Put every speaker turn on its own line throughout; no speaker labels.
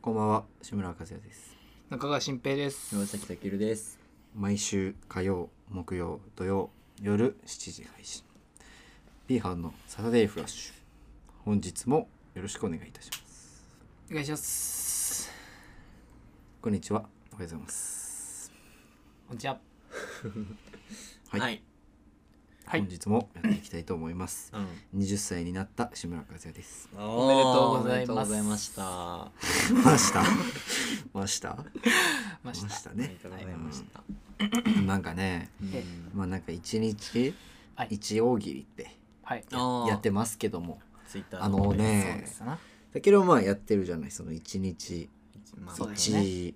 こんばんは、志村和也です。
中川新平です
山崎健です。
毎週火曜、木曜、土曜、夜7時配信。B 班のサタデーフラッシュ。本日もよろしくお願いいたします。
お願いします
こんにちは、おはようございます。
こんにちは
はい
はい
本日もやっていきたいと思い ます。
うん。
20歳になった志村和也 です。
お
めでとうございます
おめでとうございました。
ま した。ました。
ま
ま
した
した
おめ
ね
で。とうございました。
なんかね、
うん
まあ、なんか一日
はい。
一大喜利って
はい
あー
やってますけども。
ツイッター
あのね
そうですな
だけど、まあ、やってるじゃない、その一日。
まあ
そうですね
一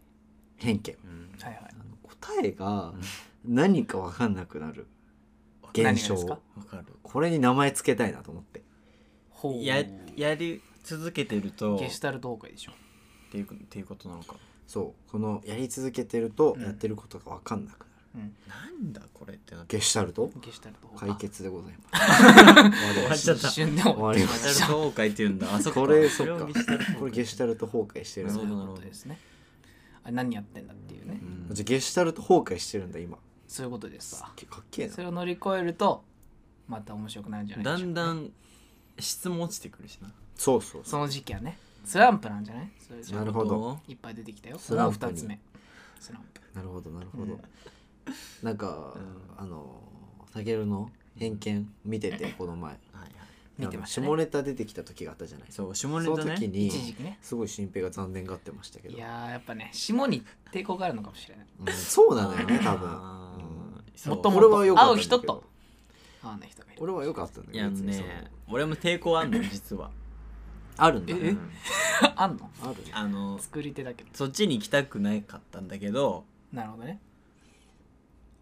偏見
うん
はいはい
あの答えが何か分かんなくなる現
何が
象
ですか
わかる。
これに名前つけたいなと思って
ほう
ややり続けてると
ゲシュタルト崩壊でしょ
っていうっていうことなのか。
そうこのやり続けてると
うん
やってることが分かんなくなる、
なんだこれってなって。
ゲシュタルト
ゲシュタルト崩
解
壊
決でございます
終わっちゃった
一。瞬で終わってしまいま
ゲシ
し
ュ
た
タルト崩壊って言うんだ。あそ
これそっ
を
か
ゲシュタルト崩壊
これゲシュタルト崩壊してるんだ
そう
じ
い
ゃ
う
な
こ
るほ
と
ど
ですねあ何やってんだっていうね
うん
あゲシュタルト崩壊してるんだ今
そういうことですわ
かっけえ
そ
な
れを乗り越えるとまた面白くなるんじゃないでし
だ
ょうか
んだん質も落ちてくるしな。
そうそうそ
その時期はねスランプなんじゃないそれじゃ
なるほど。
いっぱい出てきたよ
スランプ
も
に
う二つ目スランプ
うなるほどなるほど、
うん
なんか、
うん
あのタケルの偏見見ててこの前
はいはい。
見てましたね
あの下ネタ出てきた時があったじゃない
そう下ネタ
その時
ね。
に
一時期ね
すごい新平が残念がってましたけど
いやーやっぱね霜に抵抗があるのかもしれない
うんそうなのよね多
あ
分、
ー
うん
そう
もっとも
俺はよかったんだけど
会う人と合わない人がいる
俺はよかったんだ
い
けど
や
別にその
ね、俺も抵抗あ んの実は。
あるんだ
え
うん
あんの
あるね
あの
作り手だけど
そっちに行きたくなかったんだけど
なるほどね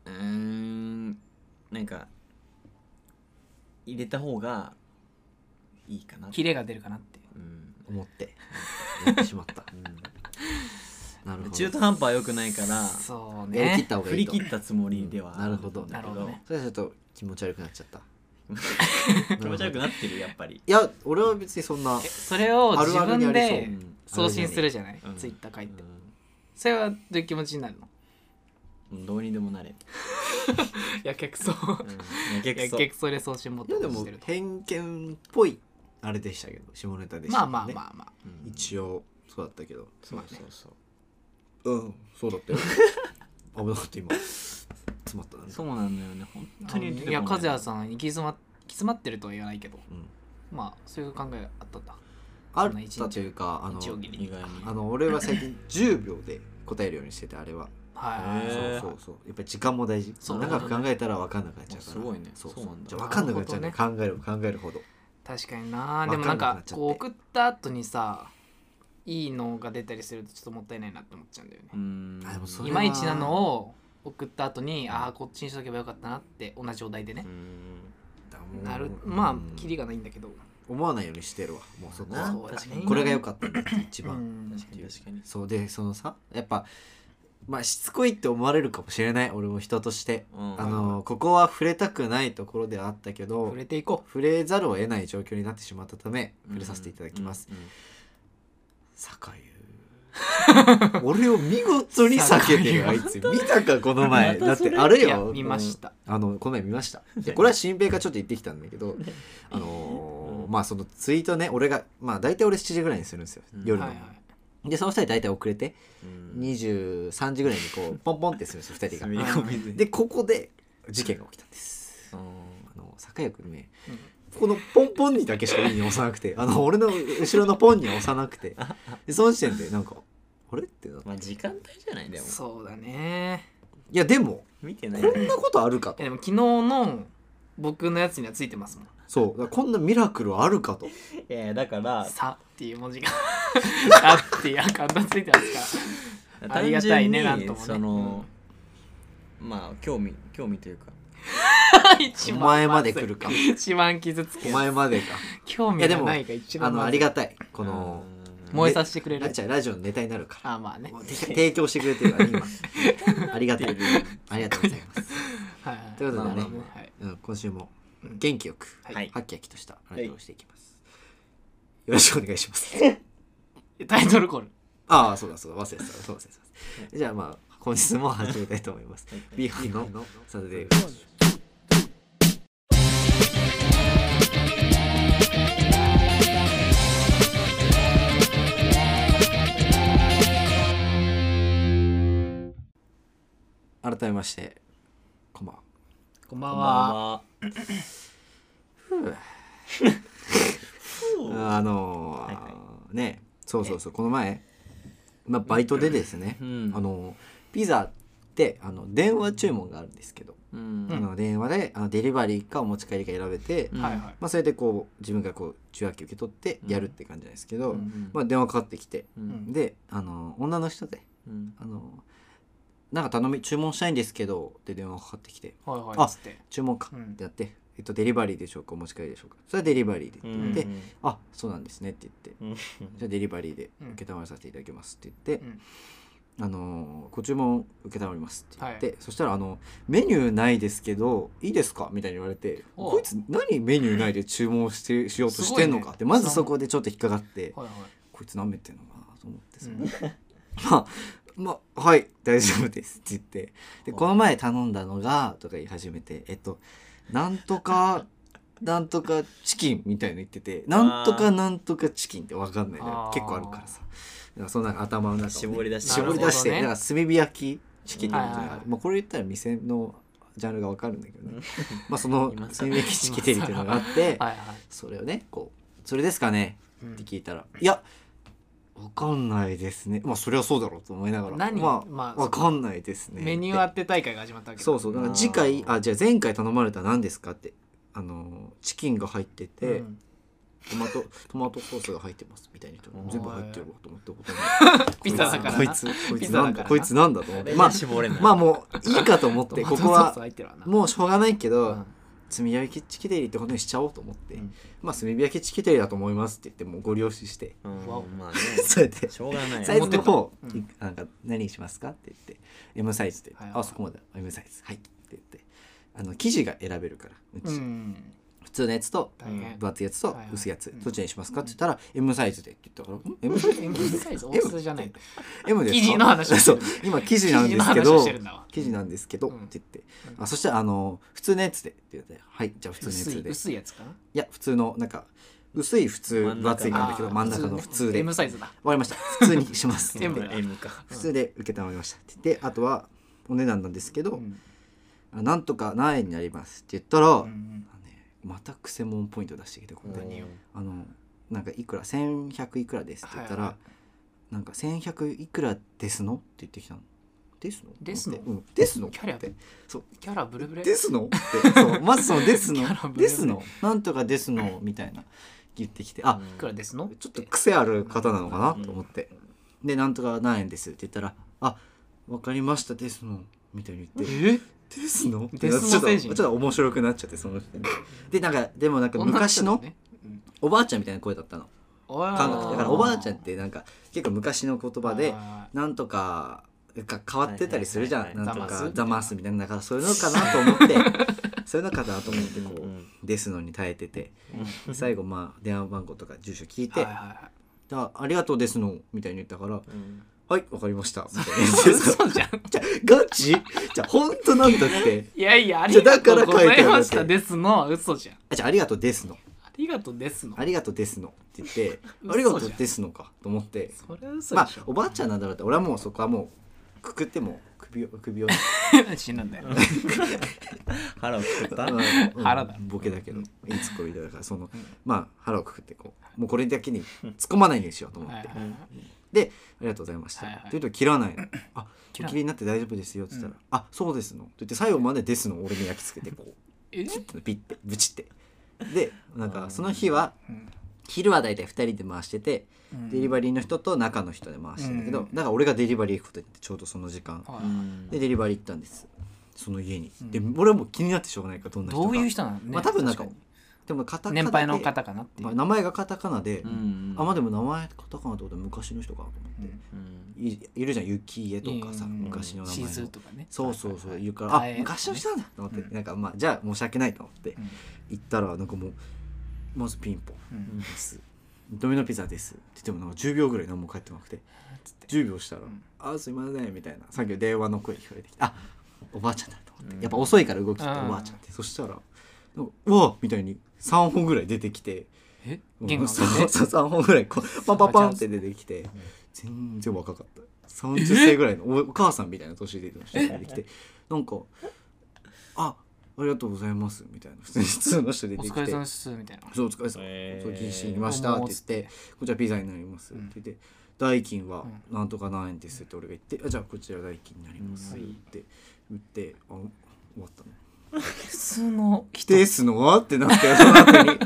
うーんなんか入れた方がいいかな
キレが出るかなっていう
うん
思ってやってしまったなるほど
中途半端は良くないから
そう
やり切っ
ね
た方がい
振
い
り
と
切ったつもりでは
なるほど
だけ
なるほどね
それはちょっと気持ち悪くなっちゃった
気持ち悪く
なるほど
なってるやっぱり
いや俺は別にそんな
えそれを
あ
自
るあるにあ
分
りそう
で
うん
送信するじゃない
うん
ツイッター書いて
う
それはどういう気持ちになるの
んどうにでもなれ
やけくそ
やけ
や
くそ
けくそで送信持っ
い
て
やで
ほし
も
てると
偏見っぽいあれでしたけど下ネタでした
ま
け
あ
どね
まあまあまあ
うん
一応そうだったけど
そうそうそう
うんそうだったよ危なかった今詰まったな
そうなんだよね本当に
いや和也さん行き詰ま行き詰まってるとは言わないけど
うん
まあそういう考えがあったんだ
あ
そ
っ
んな一日
たというかあの
一応ギ
意
リ
外に
あの俺は最近10秒で答えるようにしててあれは、
はいはい
へー
そうそうそうやっぱり時間も大事
そう
長く考えたら分かんなくなっちゃうから
あすごいね
そうそう
そうなんだ
じゃあ分かんなくなっちゃうね
なる
考えれば考えるほど
確かにな
わ
でもなん
かんなくな
か
っちゃって
こう送った後にさいいのが出たりするとちょっともったいないなって思っちゃうんだよね
う、ん
あでもそれ
い
は
まいちなのを送った後にああこっちにしとけばよかったなって同じお題でね
う、ん
だからもう
なる
うん
まあキリがないんだけど
思わないようにしてるわもうそこは
そうだね
確かに
これが良かったんだって一番、
うん
確かに確かに
そうでそのさやっぱまあしつこいって思われるかもしれない俺も人として、
うん
あのここは触れたくないところではあったけど
触れていこ
触れざるを得ない状況になってしまったため触れさせていただきます、
うんうん
酒井俺を見事に避けてるあいつ 見たかこの前だ
また
っ
それ
てあれ
ういや
よ
見ました
あのこの前見ましたでこれは新平がちょっと言ってきたんだけどあのー
うん
まあそのツイートね俺がまあ大体俺7時ぐらいにするんですよ
うん
夜
は
の、
いはい
でその2人大体遅れて
うん
23時ぐらいにこ うポンポンってするんですよ2人
滑
が
り込みで
でここで事件が起きたんです
うん
あの酒井君ね
うん
このポンポンにだけしかいいに押さなくてあの俺の後ろのポンには押さなくてでその時点でなんかあれってなって
まあ時間帯じゃないでも
そうだね
いやでも
見て
こ
ない
んなことあるか
い
と
やでも昨日の僕のやつにはついてますもん
そうだからこんなミラクルあるかと
いやいやだから
「さ」っていう文字が 「さ」っていうアカウントついてますかありがたいね
単純に
なんともね
そのまあ興味興味というから
一
お
番
前まで来 るか
一番傷つ
お
け
前までか
興味がないが一
あ
番
のあ
まず
り
い
がたいこの
うん
燃えさせてくれ
ラ
る
ジャラジオのネタになるから
あまあね
もうて 提供してくれてるから今ありがたいありがとうございます
はいはい
ということでね
まあまあまあはい
うん今週も元気よく
はい
ハッキハキとしたラジオをしていきますよろしくお願いします
タイトルコール
ああそうだそうだ忘れてたそうだそうだそうだじゃあまあ本日も始めたいと思いますビーハンのサタデーフラッシュ改めましてこんばんは
こんば
こ
ん
んば
は。
んは。
あのー
はいは
ねそうそうそうこの前、まあ、バイトでですね、
うん
あのピザってあの電話注文があるんですけど、
うん
あの電話であのデリバリーかお持ち帰りか選べて、
うん
ま
はいはい。
あ、それでこう自分がこう受話器受け取ってやるって感じなんですけど、
うん
まあ、電話かかってきて
うん
であの女の人で
うん
あの「なんか頼み注文したいんですけど」って電話かかってきて
はいはい。
あ
つって。
「注文か」
うん
ってやって、えっと「デリバリーでしょうかお持ち帰りでしょうか」それはデリバリーでって言って、
うん
あそうなんですね」って言って
うん
じゃあデリバリーで
うん
承りさせていただきますって言って
う、ん
あのーご注文承りますって言って、
は
そしたらあの「メニューないですけどいいですか?」みたいに言われて「
おう
こいつ何メニューないで注文してしようとしてんのか」って、
すごいね
まずそこでちょっと引っかかって
はいはい。
こいつなめてんのかなと思ってさ、
うん
まあまあはい大丈夫ですって言ってでこの前頼んだのがとか言い始めてえっとなんとかなんとかチキンみたいの言っててなんとかなんとかチキンって分かんないの
あー
結構あるからさだからそのなんか頭の中をね、
絞り出して
絞り出して、
な
だ
るほどね
から炭火焼きチキンってこと
はい
ね
はいはい
まあこれ言ったら店のジャンルが分かるんだけど
う
ね
ん
まあその
今更
炭火焼きチキンテリっていうのがあって
はいはい。
それをねこう「それですかね?」
う
って
ん
聞いたら「いやわかんないですね」まあそりゃそうだろうと思いながら
何
まあ
まあ
わかんないですね
メニュー当て大会が始まったわけだ
そうそうだから次回
あー
あじゃあ前回頼まれた何ですかってあのーチキンが入って
う
て、
ん
トマトトマトソースが入ってますみたいな人
うん
全部入ってるわと思ってことに
ピザだからな
こいつこい
ピ
つ
ザ
なんだ
だからな
こいつなんだと思ってまあ
絞れない。
まあもういいかと思 ってここ
トマトソース
は
入ってるわな
もうしょうがないけど、
うん
炭焼きチキテリってことにしちゃおうと思って、
うん
まあ炭焼きチキテリだと思いますって言ってもうご了承して
うん
わお
まあね。
そうやって
しょうがない。
サイズの方、
うん
いなんか何にしますかって言って M サイズで、
はい
あそこまで M サイズはいって言ってあの生地が選べるからう
う
ち、
ん
普通のやつと
大変
分厚いやつと
はいはい
薄いやつ、
うん
どっちにしますかって言ったら M サイズでって言ったからん M サイズ
M サイズ大きさじゃない
M ですか
生地の話をして
そう
る
今生地なんですけ
生地の話を
ど
してるんだわ
生地なんですけど、
うん
って言って
うん
あそしたらあの普通のやつでって言ってはいじゃあ普通のや
薄い
つで
薄いやつかない
や普通のなんか薄い普通分厚いなんだけど真ん中の普通で
M
わ
サイズだ
かりました普通にしますって言っ
M
て
だ
M か。
普通で受けたまりましたって言ってあとはお値段なんですけど、
うん
あなんとか何円になりますって言ったら、
うんうん
あのね、またくせもんポイント出してきてここで
何を
あのなんかいくら1100いくらですって言ったら、
はいは
なんか1100いくらですのって言ってきたの。ですの
ですの
うん、ですの
キャリア
って
キャラブルブレ
ですのってそうまずそのですの
キャラブレブレ
ですのなんとかですのみたいな言ってきてあ
うん
いくらですの
ちょっと癖ある方なのかなと思って、で「なんとか何円です」って言ったら「あわかりましたですの」みたいに言って
え
「です の?」って
デスノ
ちょっとち
星人
ょっと面白くなっちゃってその時点ででなんかでもなんか
女の
昔
人だ
の
ねうん
おばあちゃんみたいな声だったの韓国っ
あー
てだからおばあちゃんってなんか結構昔の言葉で「なんとか」が変わってたりするじゃん、
はいはい
なん
はい
とか「ざ
ざ
ま
ますす
みたいなだからそういうのかなと思ってそういうのかなと思ってこ
う
う「
ん
ですの」に耐えてて最後まあ電話番号とか住所聞いて「
はいはいはい
じゃあありがとうですの」みたいに言ったから「
うん
はいわかりました」みたいな
嘘じゃん
ガチじゃあ本当なんだって
いやいやありがとうござい
じゃ
まし
あだから書いてあるだけ
たですの嘘じゃん
あじゃあありがとうですの
ありがとうですの
ありがとうですのって言って
嘘じゃん
ありがとうですのかと思って
それは嘘
ま
で
あ
しょ
おばあちゃんなんだろうって俺はもうそこはもうくくっても首を 首を
死んだんだよ
腹をくくった。
うん
腹だ
ボケだけどいいツッコミだからその
うん
まあ腹をくくってこうもうこれだけに突っ込まないようにしようと思
は
っ
い
て
はいはい
で「ありがとうございました」
はい
っ
はい
て言うと切らないの「あお
切らない
切りになって大丈夫ですよ」って言ったら
う
「あそうですの」って言って最後まで「ですの」を俺に焼き付けてこう
え
ピッてブチってでなんかその日は
うん
昼は大体2人で回してて、デリバリーの人と中の人で回してるんだけど、
うん
だから俺がデリバリー行くことになってちょうどその時間
は
う
いはい
ん
でデリバリー行ったんですその家に、
うん
で俺はもう気になってしょうがないからどんな人
ど
か
ういう人なのね
まあ多分なんか
確に
でもカタカナで
年配の方かなってい
まあ
う
名前がカタカナで、
うん
あまあでも名前カタカナってことは昔の人かと思
う
っ
ん
うん
て、いいるじゃん雪家とかさ、
うん
昔の名前
シ
の
ーズーとかね
そうそうそう
はい
言うから、
はい
あ昔の人なんだと思って、
うん
なんかまあじゃあ申し訳ないと思って、
ん
行ったらなんかもうまずピンポン
うん
ですドミノピザです」って言ってもなんか10秒ぐらい何も返ってなくて
つって
10秒したら
うん
「あすいません」みたいなさっきの電話の声聞こえてきて「あおばあちゃんだ」と思ってやっぱ遅いから動きってお
うん
ばあちゃんってそしたら「なんかうわっ!」みたいに3本ぐらい出てきて
え
う
玄
ん
関
そう
開けて
そう3本ぐらいこうパンパンパンって出てきて全然若かった30歳ぐらいのおお母さんみたいな年で出てきてなんか「あありがとうございます」みたいな普通に普通の人出
お
てき
疲れ
て
様ですみたいな
そうお疲れ様
へー
そう禁止にましたって言ってこちらピザになりますって言って、代金はなんとか何円ですって俺が言って、あじゃあこちら代金になりますって言ってあ終わったの
普通の
「来てすの?」ってなってその後に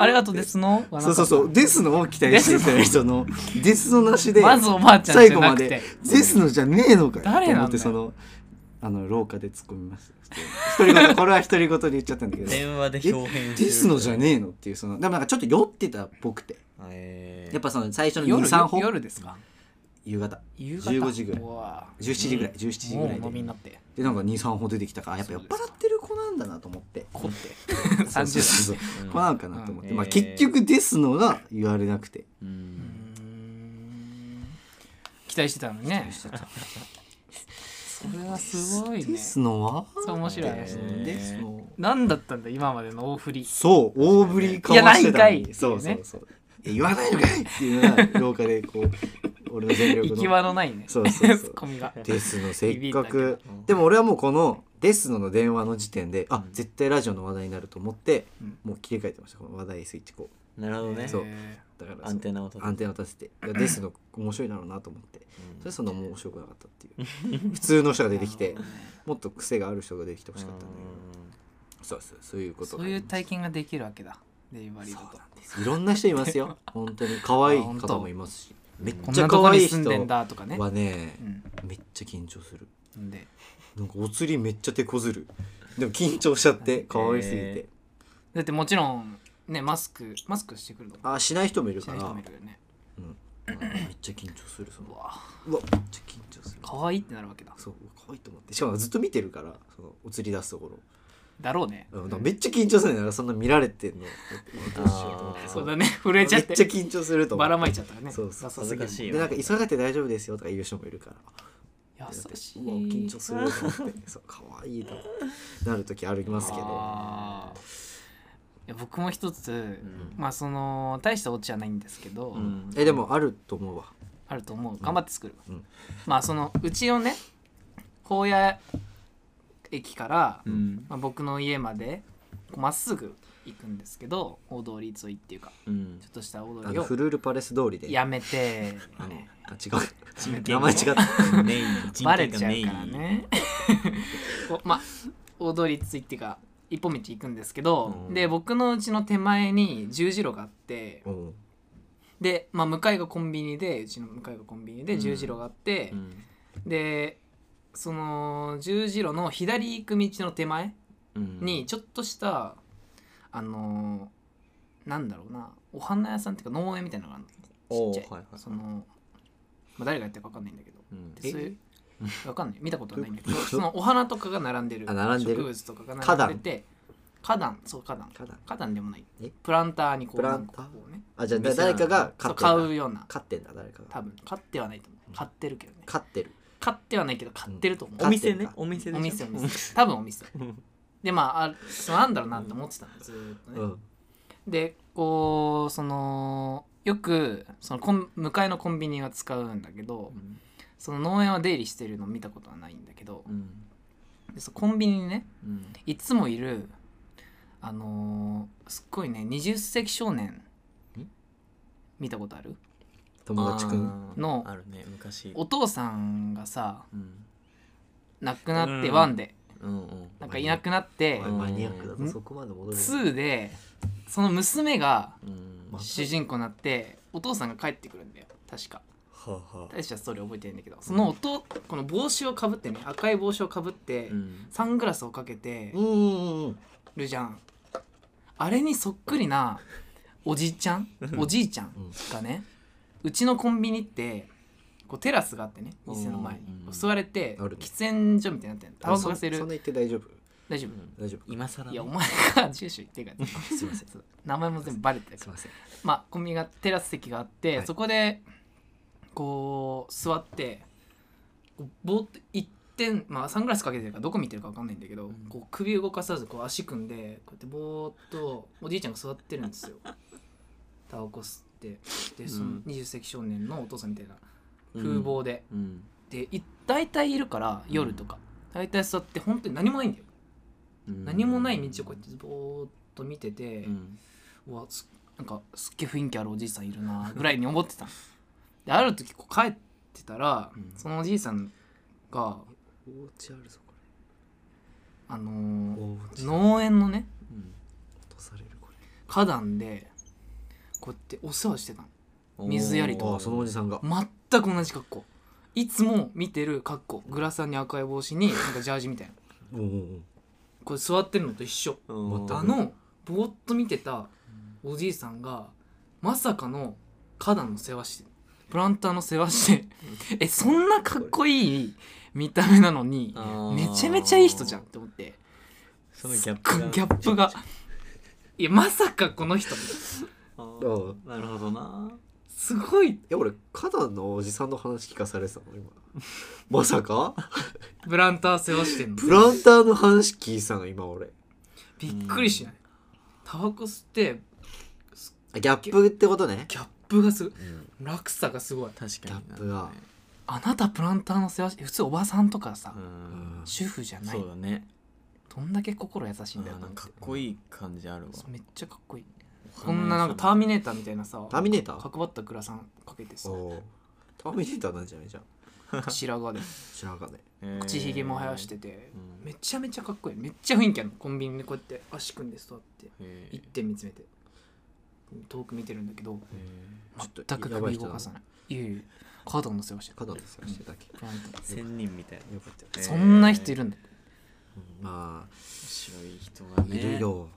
ありがとうですの
そうそうそう「ですの?」を期待してた人の「ですのなしで
まずおばあちゃん
最
じ
後
ゃな
ま
く
で
て
「ですのじゃねえのかよ」
誰
と
な
思
んだよ
ってそのあの廊下で突っ込みました独り言これは独り言で言っちゃったんだけど「
電話で表変
デスのじゃ
え
ねえの?」っていうそのでもなんかちょっと酔ってたっぽくて。
え
やっぱその最初の
夜
23本
夜ですか
夕方
夕方
15時ぐらいう
わ
17時ぐらい17時ぐらい
もう飲み
で
になって
でなんか23本出てきたからやっぱ酔っ払ってる子なんだなと思って
凝って
そうそ う
30
そう
うん
子なのかなと思って、
うん
まあ、
えー
結局ですのが言われなくて
う
代うんーん期待してたのにねそれはすごい
で
ね
すのは
そう面白い話
ね
ですの
何だったんだ今までの大振り
そう大振りかましてたの
いやないんかい
にそ
っていうね
うそうそうえ言わないのかいっていうのが廊下でこう俺の全
行
力
き
の
場のないね
そうそうそう
ツッコミが
ですのせっか
響い
くでも俺はもうこの「ですの」の電話の時点であ絶対ラジオの話題になると思って
うん
もう切り替えてましたこの話題スイッチこう
なるほどね
そう
え
だから
アンテナを立て
アンテナ立 てていやですの面白いだろうなと思ってそれそんなもう面白くなかったって いう普通の人が出てきてもっと癖がある人が出てきてほしかったんだけどそうそうそういうこ
ー
と
そういう体験ができるわけだデリバリーだと
そういろんな人いますよ本当に可愛い
あ本当
方もいますしめっ
こん
ちゃ
なと
可
こ
愛
に
い人
住んでんだとかね
はね
うん
めっちゃ緊張する
で
なんかお釣りめっちゃ手こずるでも緊張しちゃって可愛すぎて
え
だってもちろんねマスクマスクしてくるの
あしない人もいる
し
か
な
ら
い人も
う
い
ん
るよね
めっちゃ緊張するそうの
わ
うわめっちゃ緊張する
可愛いってなるわけだ
そう可愛いと思ってしかもずっと見てるからそのお釣り出すところ
だろうね
うん、だからめっちゃ緊張するんだからそんな見られてんのどうしようと思って
あー
そ
そうう
めっ
だね 震えち
ち
ゃ
ゃ
って
緊張すると思
ば
う
らまいちゃったらね
そうそう
ダサすぎる
恥ずかしい
でなんか急がなくて大丈夫ですよとか言う人もいるから
優しいう
わ緊張すると思 ってそう可愛いと思ってなる時ありますけど
あーいや僕も一つ、
ん
まあその大したオチはないんですけど、
うん
えでもあると思うわ
あると思う頑張って作る、
うん
まあそのうちのね高野駅から、
うん
まあ、僕の家までこうまっすぐ行くんですけど大通り沿いっていうか
うん
ちょっとした大通
あ
り
の
を
フルールパレス通りで
やめて
あのあ違う
権
名前違った
メイン人
バ
体
レちゃ
が
う
メイン
からね こうまあ大通りついてか一本道行くんですけど、
うん
で僕のうちの手前に十字路があって
うん
で、まあ、向かいがコンビニでうちの向かいがコンビニで
うん
十字路があって
う、ん
でその十字路の左行く道の手前
うん
にちょっとした、あのーなんだろうなお花屋さんっていうか農園みたいなのがある
お
の
ー
ちっちゃい、
はいはいはい
その、まあ、誰がやってるか分かんないんだけど
うん
でそういうわかんない見たことはないんだけ
ど
ど
ういうこと
そのお花とかが並んでる
あ並んでる
植物とかが並んでて花壇そう花壇
花壇
花壇でもない
え
プランターにこう
プランター
なんかこうね
あじゃあだ誰かが飼っ
そう
て
買
ん
う
だ
ような
飼ってんだ誰か
多
が
分買ってはないと思う買ってるけどね
飼ってる
買ってはないけど買ってると思
お
う
店ねお店でしょ
お店お店多分お店
うん
でまああそうなんだろうなって思ってたのずーっとね、
うん
でこうそのよくそのコン向かいのコンビニは使うんだけど
うん
その農園は出入りしてるの見たことはないんだけど
うん
でそのコンビニにね
うん
いつもいるあのーすっごいね20世紀少年
ん
見たことある
友達くん
あー
の
あるね昔
お父さんがさ
うん
亡くなっ
う
て
ん
ワンで
うんうん
なんかいなくなって
おいマニアックだ
う
ぞ
ん
そこまで戻れない
2でその娘が
うん
ま
主人公になってお父さんが帰ってくるんだよ確か
はあはあ
大したストーリー覚えてないんだけどその音この帽子をかぶってね赤い帽子をかぶって、
うん
サングラスをかけて
うんうんうん
るじゃんあれにそっくりなおじいちゃんおじいちゃんがねうちのコンビニってこうテラスがあってね店の前に
うん
こう座れて
あるね
喫煙所みたいになってんのタバコが
そ
吸え
んそん
る
な言って大丈夫
大丈夫
大丈夫
今更
い
ね
やお前が住所言ってるから
すいません す
名前も全部バレてる
いません
まあコンビニがテラス席があって、
はい
そこでこう座ってこうぼーっと一点、まあ、サングラスかけてるからどこ見てるかわかんないんだけど、
ん
こう首動かさずこう足組んでこうやってぼーっとおじいちゃんが座ってるんですよタバコ吸ってでその
うん
20世紀少年のお父さんみたいな
うん
風貌で、
うん
でい大体いるから夜とか、大体座って本当に何もないんだよ、
うん
何もない道をこうやってぼーっと見てて、
うん
うわすなんかすっげえ雰囲気あるおじいさんいるなぐらいに思ってたのである時こう帰ってたら、
うん
そのおじいさんが
お家あるぞこ
あの
れ
ー
家
農園のね
うん
落とされるこれ
花壇でこうやってお世話してた
おー
水やりと
ああそのおじさんが
の全く同じ格好いつも見てる格好グラサンに赤い帽子になんかジャージみたいな
おうおう
これ座ってるのと一緒
うん
全
あのぼーっと見てたおじいさんがまさかの花壇の世話してプランターの世話して えそんなかっこいい見た目なのに
あー
めちゃめちゃいい人じゃんって思って
そのギャップが
ギャップが いやまさかこの人
あーなるほどな
すごい
え俺花壇のおじさんの話聞かされてたの今 まさか
プランター世話してんの
プランターの話聞いてたの今俺
びっくりしないタバコ吸って
あギャップってことね
ギャップがすごい
うん
落差がすごい
確かに
ギャップが
あなたプランターの世話し普通おばさんとかさ、
うん
主婦じゃない
そうだね
どんだけ心優しい
うんん
だよ
な
なんん
かか
か
っこいい感じあるわ
めっちゃかっこいいこんななんかターミネーターみたいなさ
ターミネーター
角張ったグラサンかけてさ
おうターミネーターなんじゃないじゃん
白髪で
知らんかね
口ひげも生やしてて
うん
めちゃめちゃかっこいいめっちゃ雰囲気あるのコンビニでこうやって足組んで座って
へー
一点見つめて遠く見てるんだけど
へー
ちょっと
全く
やばい
首
人だ
動
な
かさないいやいやカードの世話してる
花壇の探してるだけ
プランター
仙人みたいな
よかったよね
えー
そんな人いるんだよ
うんまあ
白い人がね
いるよ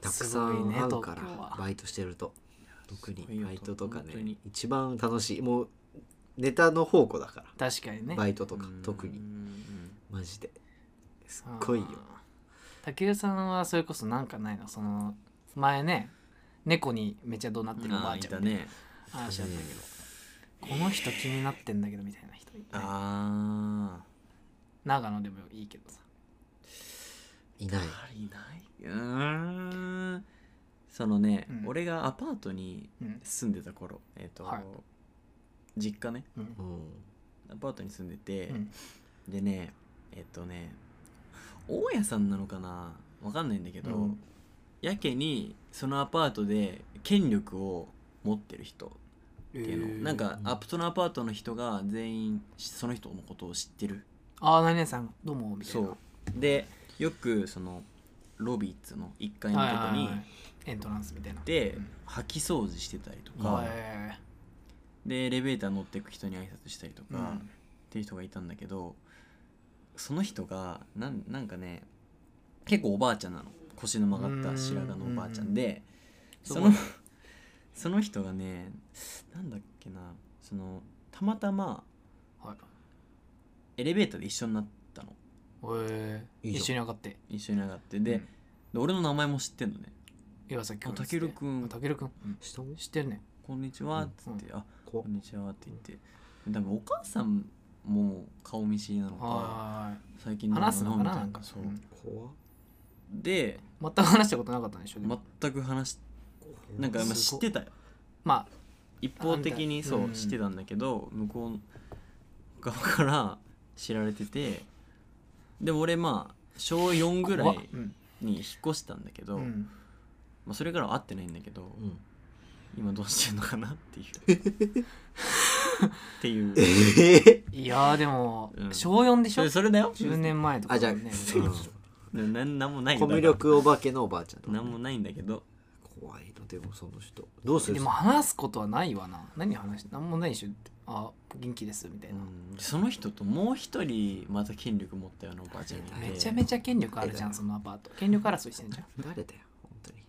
たくさ
すごい
ん
ね
会うから
東京は
バイトしてると特
すごい
に
よ
バイトとか
本当に
ね一番楽しいもうネタの宝庫だか
確かに
ら
ね
バイトとか
うん
特
う
に
ん
マジですっごいよ
あー竹内さんはそれこそなんかないのその前ね猫にめちゃ怒鳴ってるおば
あ
あ
ーい
ちゃん
た
みたいな
ね
話だったけど、この人気になってんだけどみたいな人いて
あ
長野でもいいけどさ
いない
ーあいないうーんそのね、
うん
俺がアパートに
うん
住んでた頃えっ、と、
はい
実家ね
うん
うん
アパートに住んでて、
うん
でねえっ、とね大家さんなのかなわかんないんだけど、
うん
やけにそのアパートで権力を持ってる人
え
っていうの、なんか
うん
アップトのアパートの人が全員その人のことを知ってる
ああ何々さんどうもみたい
そ
な
うでよくそのロビーっつうの1階の
はい
と
は
こ
い
に
はいエントランスみたいな
で
うん
掃き掃除してたりとか、
へ
でエレベーター乗ってく人に挨拶したりとか、
ーう
っ
ん
ていう人がいたんだけどその人がなんなんかね結構おばあちゃんなの腰の曲がった白髪のおばあちゃんで
うん
そ
うん
のその人がねなんだっけなそのたまたま
はい
エレベーターで一緒になったの
へえ
いいじゃん
一緒に上がって
一緒に上がってで,、で俺の名前も知ってんのね
岩崎
あ
君
たけるくん
あたけるくん
下も
知ってるね
こんにちはっつって、あ
こ
こんにちはって言って多分お母さんも顔見知りなのか
は
最
い
近
話すのか
みた
ないなんか
そう、
うん
怖
で
全く話したことなかったんでしょでも
全く話しなんかまあ
す
知
ご
ってたよ
まあ
一方的に
あ
そ
みたいうな
知ってたんだけど向こう側から知られててで俺まあ小4ぐら
怖っ
い
うん
に引っ越したんだけど、
うん
まあ、それからは会ってないんだけど、
うん
今どうしてんのかなっていう っていう
ええ
いやーでも
うん
小4でし
そ
ょ
れそれだよ
10年前とか
あじゃあ
だね
なんなんもない
コミュ力お化けのおばあちゃんとか
なんもないんだけど
怖いのでもその人どうす
で
る
も話すことはないわな何話しなんもないでしょあ元気ですみたいな、
その人ともう一人また権力持ったようなおばあちゃんがい
め
て
ちゃめちゃ権力あるじゃ
え
んそのアパート権力争いしてんじゃん、
誰だよ本当に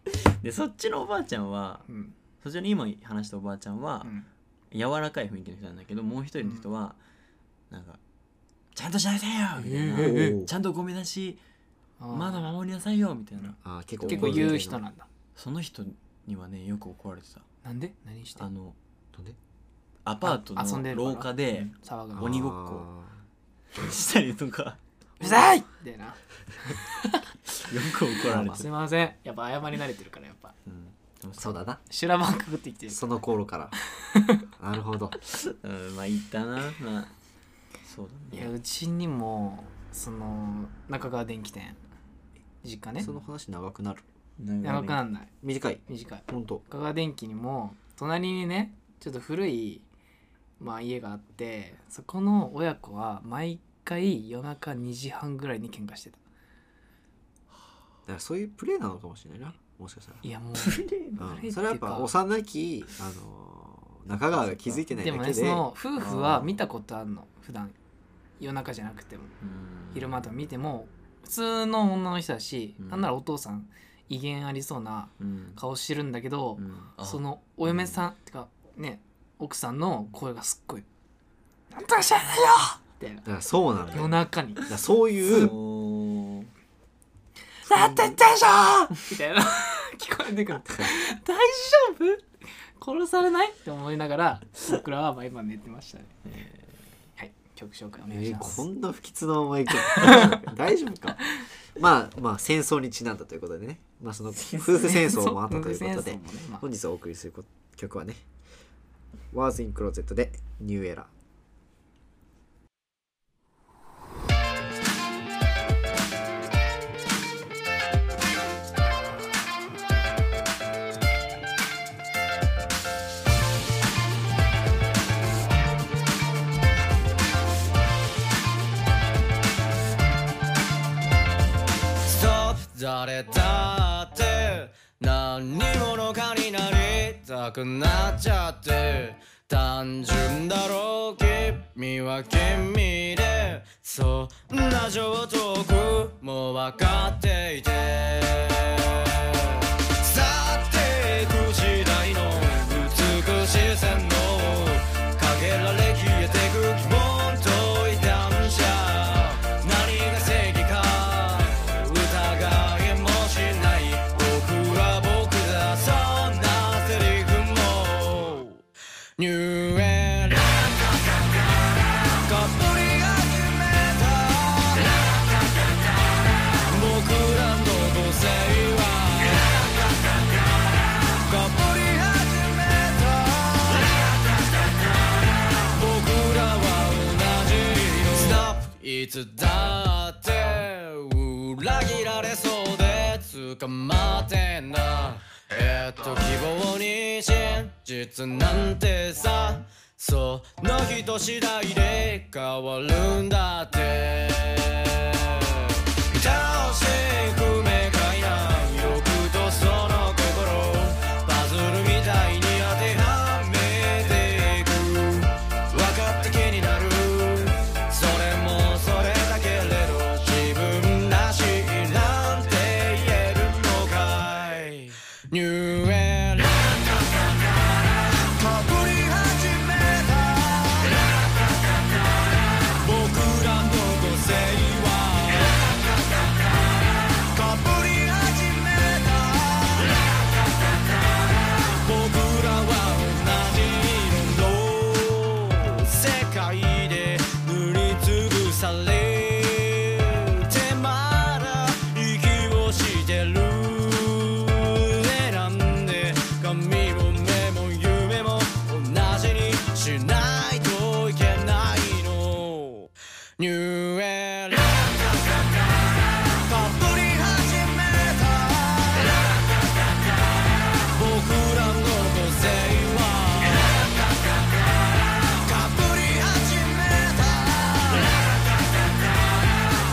でそっちのおばあちゃんは
うん
そちらに今話したおばあちゃんは
うん
柔らかい雰囲気の人なんだけどもう一人の人はなんか「ちゃんとしなさいよ!」みたいな
ええ
「ちゃんとゴミ出し
あー
まだ守りなさいよみたいな
あー結構
結構言う人なんだ
その人にはねよく怒られてた
なんで何して
あの
なんで
アパート
あ遊んで
の
るから
廊下で
騒ぐの
鬼ごっこしたり とか
うるさい
でな
よく怒られて
す
た
いませんやっぱ謝り慣れてるからやっぱ
うんでも
そうだな
修羅場くぐってきてる
その頃から なるほど
うんまあ言ったなまあそう
い
だ
や
ね
うちにもその中川電気店実家ね
その話長くなる
なんか
長
ね
くなんない
短い
短い
ほんと
中川電気にも隣にねちょっと古い、まあ、家があってそこの親子は毎回夜中2時半ぐらいに喧嘩してた
だからそういうプレーなのかもしれないなもしかしたら
いやも
う
う
ん
プレーっていうか
それはやっぱ幼き、あのー中川が気づいてない
で
だ
も
け
ね
で
その夫婦は見たことあるの普段夜中じゃなくても
うん
昼間とか見ても普通の女の人だし、
うん
なんならお父さん威厳ありそうな
うん
顔してるんだけど、
うんあ
そのお嫁さん、てかね奥さんの声がすっごい「なんとかしないよ!」みたいな
だからそうなんだよ
夜
だか
中に
らそういう
そ
「
う
だって言ったでしょ!」みたいな 聞こえてくる「大丈夫殺されない?」って思いながら僕らは毎晩寝てましたねはい曲紹介お
え
願いし
ー
ま
こ
す
んな不吉なお前か 大丈夫かまあまあ戦争にちなんだということでねまあその夫婦戦争もあったということ
夫婦戦
で
争もねまあ
本日お送りするこ曲はね「ワーズインクローゼットで「ニューエラー」
ストップ誰だって何者かになりたくなっちゃって単純だろう君は君でそんな情トークも分かっていて去っていく時代の美しい洗脳かけられ消えてく疑問と異端者何が正義か疑いもしない僕は僕だそんなセリフもニューエラカップリが決めた僕らの母性はカップリ始めた僕らは同じ色スナップいつだって裏切られそうで捕まってんだえっと希望に真実なんてさその人次第で変わるんだって倒していく明快な欲とその心パズルみたいに当てはめていく分かった気になるそれもそれだけれど自分らしいなんて言えるのかいニューエラかぶり始めた僕らの個性はかぶり始めた僕らは同じ色の世界で塗りつぶされてまだ息をしてる選んで髪も目も夢も同じにしないといけないのニューエラかぶり始めた僕らの個性はかぶり始めた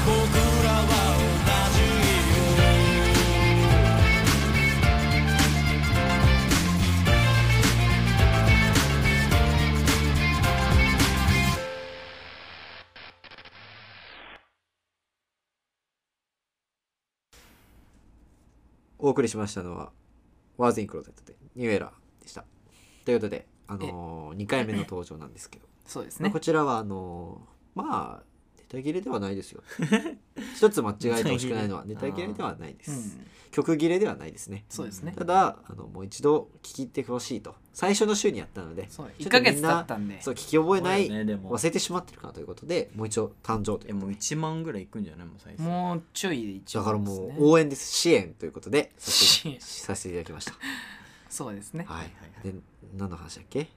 僕らは同じよ
お送りしましたのは「ワーズインクローゼット」で「ニューエラー」でしたということで、あのー、2回目の登場なんですけど、
そうです
まあ
ね
こちらはあのーまあタ切れではないですよ一つ間違えてほしくないのはネタ切れではないです
うん、
曲切れではないですね
そうですね
ただあのもう一度聞き入ってほしいと最初の週にやったので
そう
ちょっ
1
と
ヶ
み
月
ん
経
な
ったんで
そう聞き覚えない、
ね、でも
忘れてしまってるかなということでもう一度誕生と
い
い
や
う
もう1万ぐらいいくんじゃないもう最初
もうちょいで一応
だからも
です
う
ね
応援です支援ということでさせ
支援
てさせていただきました
そうですね
はい
はい
で何の話だっけ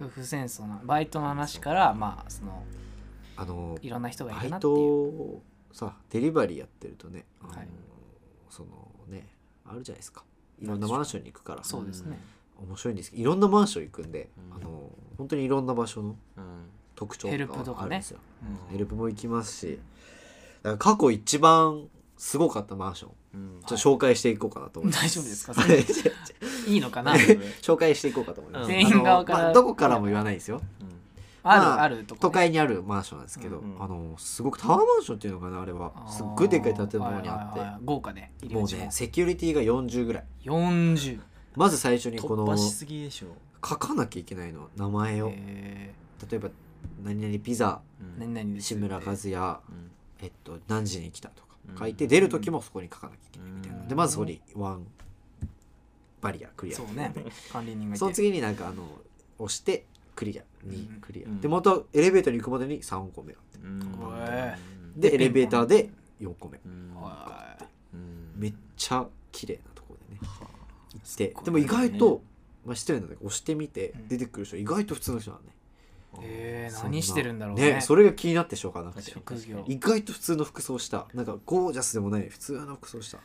夫婦戦争のバイトの話からまあその
あの
いろんな人がい
バ
るな
イ
って
ト
いう
をさデリバリーやってるとね、あの
はい
そのねあるじゃないですかいろんなマンションに行くから
そうですね、
面白いんですけどいろんなマンション行くんで、
うん
あの本当にいろんな場所の
うん
特徴
ヘルプと
と
か
か
ね
あるんですよ
うん
ヘルプも行きますしだから過去一番すごかったマンション
うん
ちょっと紹介していこうかなと思います、
大丈夫ですか
はい
いいのかな
紹介していこうかと思います。
全員側から
あのまあどこからも言わないですよ。
うん
ある、
まあ
あるとこ、
都会にあるマンションなんですけど、
うんうん
あのすごくタワーマンションっていうのかなあれはすっごいでかい建物にあって、
はいはいはい豪華で入り
もう
口も
ねセキュリティが40ぐらい。
40
まず最初にこ
突
の
破し
書
すぎでしょ、
かなきゃいけないの名前を、
え
例えば何々ピザ
うん
ー、何々です
志村和也
うん
えっと何時に来たとか
うん
書いて、出る時もそこに書かなきゃいけないみたいな、
うん
でまずそこにワンバリアクリア
そうね管理人がいて
その次になんかあの押してクリア2クリア、
うん
でまたエレベーターに行くまでに3個目
うん
おい
で
で
エレベーターで4個目
うん
はい
うん
めっちゃ綺麗なところでね行って
すごい
でも意外
ね
と、まあ、失礼なんだけど押してみて
うん
出てくる人意外と普通の人なのね
えー、
そんな
何してるんだろうね
ねそれが気になってしょうがなくて
確かに
職業
意外と普通の服装したなんかゴージャスでもない普通の服装した、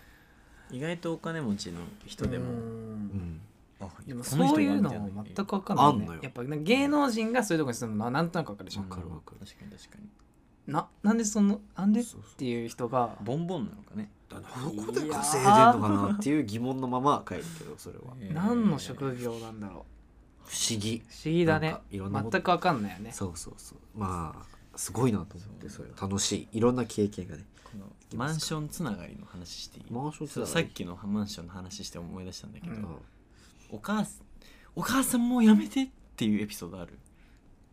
意外とお金持ちの人で
う
も
うんん、
あ
でも
この
そ
人
う
が
いうの
みたい
も
な
全く分かんない、ね、
あんのよ
やっぱなんか芸能人がそういうとこに住むのはなんとなく分かるじゃん、
わかるわかる
確かに確かに
ななんでそのなんでっ
そうそう
ていう人が
ボンボンなのかね
だからどこで稼いでんのかなっていう疑問のまま帰るけどそれは
何の職業なんだろ
不思議
う不思議だね
なんかいろんなこと
全く分かんないよね
そうそうそうまあすごいなと思って
そ
そうれ楽しいいろんな経験がね
このマンションつながりの話していい
マンションつながり
さっきのマンションの話して思い出したんだけ
う
ど、
ん
お母さんお母さんもうやめてっていうエピソードある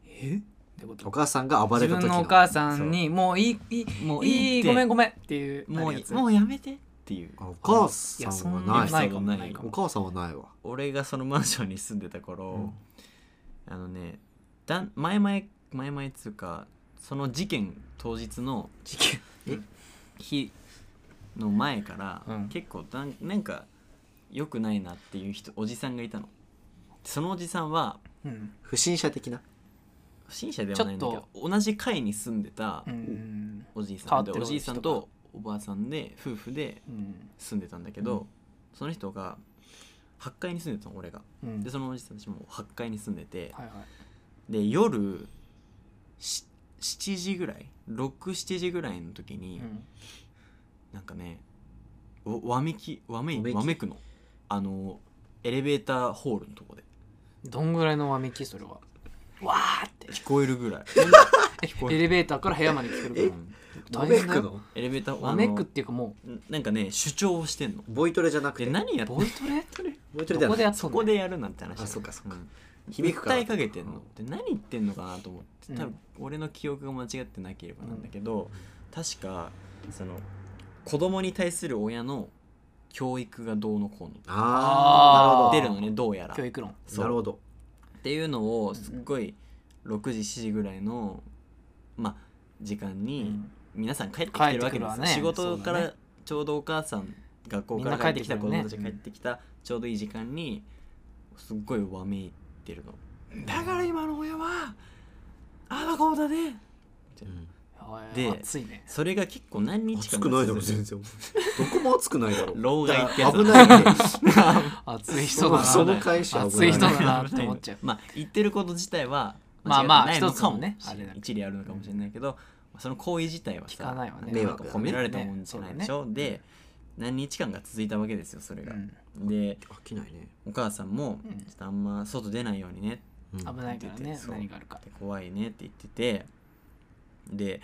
えってこと
お母さんが暴れ
自
た時
分のお母さんにもういいいい
もう
い
いい
い
って
ごめんごめんっていう
もう
や
い
つ
もうやめてっていう
あお母
いやそ
さん
ん
は
な
ない
ないかも
ない
ないか
お
も
母さんはないわ
俺がそのマンションに住んでた頃、
うん
あのねだん前々前々っつうかその事件当日の
事件
日の前から、
うん
結構なんなんか良くないなっていう人おじさんがいたのそのおじさんは
うん
不審者的な
不審者ではないんだけ
ちょ
ど同じ階に住んでた
うん
おじい
変わ
さ
っ
ん
て
で
る
おじいさんとおばあさんで夫婦で
うん
住んでたんだけど、その人が8階に住んでたの俺が
うん
でそのおじさんたちも8階に住んでて
はいはい
で夜し7時ぐらい67時ぐらいの時に、
うん
なんかねわわめきわめ
わめき
わめくのあのエレベーターホールのとこで
どんぐらいのわめきそれはわーって
聞こえるぐらい、こえ
エレベーターから部屋まで来てるから
うん
わめくの
エレベーター
わめくっ
あ
ていうかも
のなんかね主張をしてんの
ボイトレじゃなく
で
て
何
う
やってん
ボ
の
イトレ
ボイトレ
どこで
で
や
は
っ
そ
とん
こ
の
でやるなんて話だよ
あそっかそっか
うん
響くから
訴えかけてんのって何言ってんのかなと思っ
う
て
ん
多分俺の記憶が間違ってなければなんだけど、確かその子供に対する親の教育がどうのこう
あ
あ
あ
の
ー
出るのねどうやら
教育論
そう
なるほど
っていうのをすっごい6時7時ぐらいのまあ時間
う
に
ん
皆さん帰ってきてる
帰って
わけ
くる
で
わ
す、
ね
仕事か
そうだ
らちょうどお母さん学校から
みんな
帰
帰ってき
ってき
て
た
る
子
ね
供たちが帰ってきたちょうどいい時間にすっごいわめいてるのだから今の親はあだこうだね
で
で
熱いね
それが結構何日
熱
か
くないだろ全
然
然どこも熱くないだろ
老害ってやつ
危ないね
熱い人だな
その会社
熱い人だなって思っちゃう
まあ言ってること自体は
まあまあ
間違ってないのかも
一つのね
し
あ
れない
れだけど
一理あるのかもしれないけど、その行為自体は
聞か
さ
ないわね
迷
迷惑
惑
だね
褒められたもんじゃないでしょ、で何日間が続いたわけですよそれ
う
が、
ん
で
飽きないね
お母さんも、
うん
ちょっとあんま外出ないようにね
うん
危ないからね
そう
何があるか
って怖いねって言っててで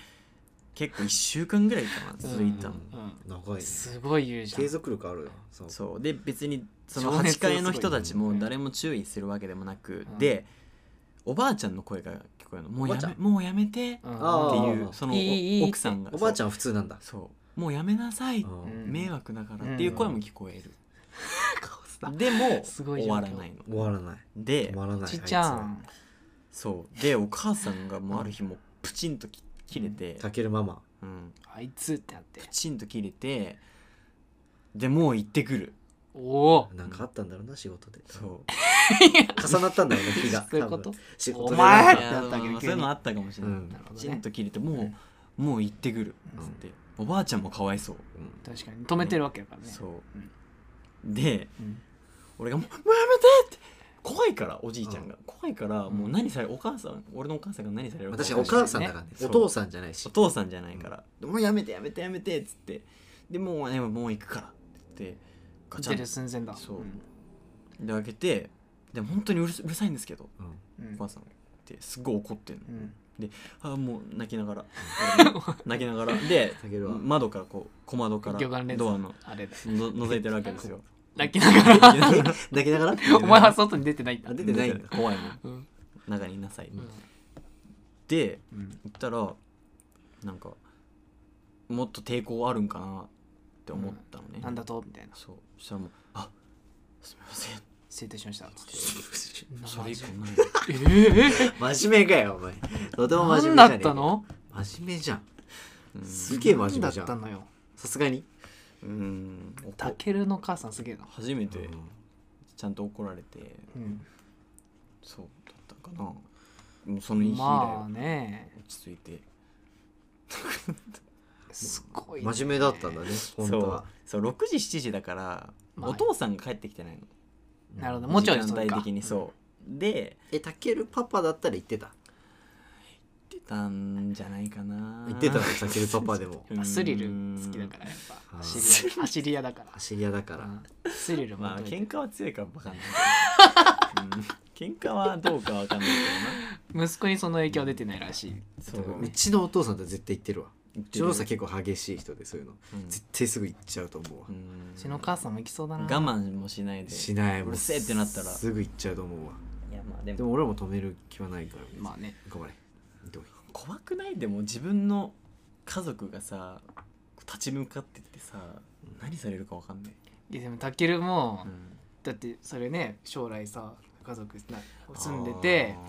結構1週間ぐらいかな続いたの、
うん
う
長いね
んすごい言うじゃん
継続力あるよそう
そうで別にその
情熱がす
8
ごい
階の人たちも誰も注意するわけでもなく、
うん
でおばあちゃんの声が聞こえるのもう
おばあ
や
ちゃ
め
ん
もうやめてって
あー
いうその
いいいいいい
お
って
奥さんが
おばあちゃ
ん
んは普通なんだ
そうもうやめなさい
うん
ん
迷惑だからっていう声も聞こえる
顔すな
で も
すごい
終
状況
わらないの
終わらない
で
終わらない
ちっちゃ
あ
ん
そうでお母さんがもうある日もうプチンとき切れて
いつ、たけるママ
うん、
あいつってなって
プチンと切れてでもう行ってくる
おお
なんかあったんだろうな仕事で
そう
重なったんだろうね日が
そういうこと
多分仕事で
お前
いや
だったわけね
まあ
急
そ
に
ういうのあったかもしれない、
うん
なるほ
プ
ど
チン
ね
と切れてもうもう行ってくるっつって、おばあちゃんもかわいそう、
確かに止めてるわけだからね
そううで
うん
俺がもう「もうやめて!」って怖いからおじいちゃんが、怖いからもう何されお母さん俺のお母さんが何される
まあ
か
確かに
分
お
かんな
母
い
さんだからね
そう
お父さんじゃないし
お父さんじゃないから、もうやめてやめてやめてっつってでもう、ね、もう行くからって言ってガチャ
出
ン
る寸前だ
そうんで開けてで本当にうるすうるさいんですけど
うん
うん
お母さんってすっごい怒ってんの、
うん
あーもう泣きな がら泣きながらで
泣けるわ
窓からこう小窓から
魚眼レンズ
ドアの
あれだ
の覗いてるわけですよ
泣きながら
泣きながら
お前は外に出てないんだ
あ出てないんだ
怖いもん
うん
中にいなさい、
うん
で
うん
行ったらなんかもっと抵抗あるんかなって思ったのね、
なんだとみたいな
そうそしたらもう「あすみません」って
失礼いたしましたつって
それ以降ない
えー
真面目かよお前とても真面
何
目じゃね
だっ
え
たの
真面目じゃん
うん
すげえ真面
何だ
目
っ
じゃ
た
ん
のよ
さすがに
うんおこ
たけるの母さんすげえな
初めて
うん
ちゃんと怒られて、
うん
そうだったかなもうその日以来
まあね
落ち着いて
すごいね
真面目だったんだね本当は
そうそう6時7時だから、
まあ
お父さんが帰ってきてないの
なるほどもうちょい
時
そ
間
れ
帯
か
的にそう、で
えたけるパパだったら言ってた
出たんじゃないかな
言ってたのたけるパパでも
うん
スリル好きだからやっぱ
あー
走り屋走り屋だから
走り屋だから、
うんスリルも
まあ
求めて
喧嘩は強いから分かんないけど、うん喧嘩はどうか分かんない
息子にその影響出てないらしい
けどなそう
うちのお父さんと絶対言ってるわ
言っ
う
て
ち
る
のお父さん結構激しい人でそういうの、
うん
絶対すぐ行っちゃうと思うわ
う、ん
うちの母さんも行きそうだな
我慢もしないで
しないも
うるせえってなったら
すぐ行っちゃうと思うわ
いやまあで
で
も
も俺も止める気はないから
まあね
頑張れどう
怖くないでも自分の家族がさ立ち向かってってさ何されるか分かんない、
いやでもたけるも
うん
だってそれね将来さ家族な住んでて
あ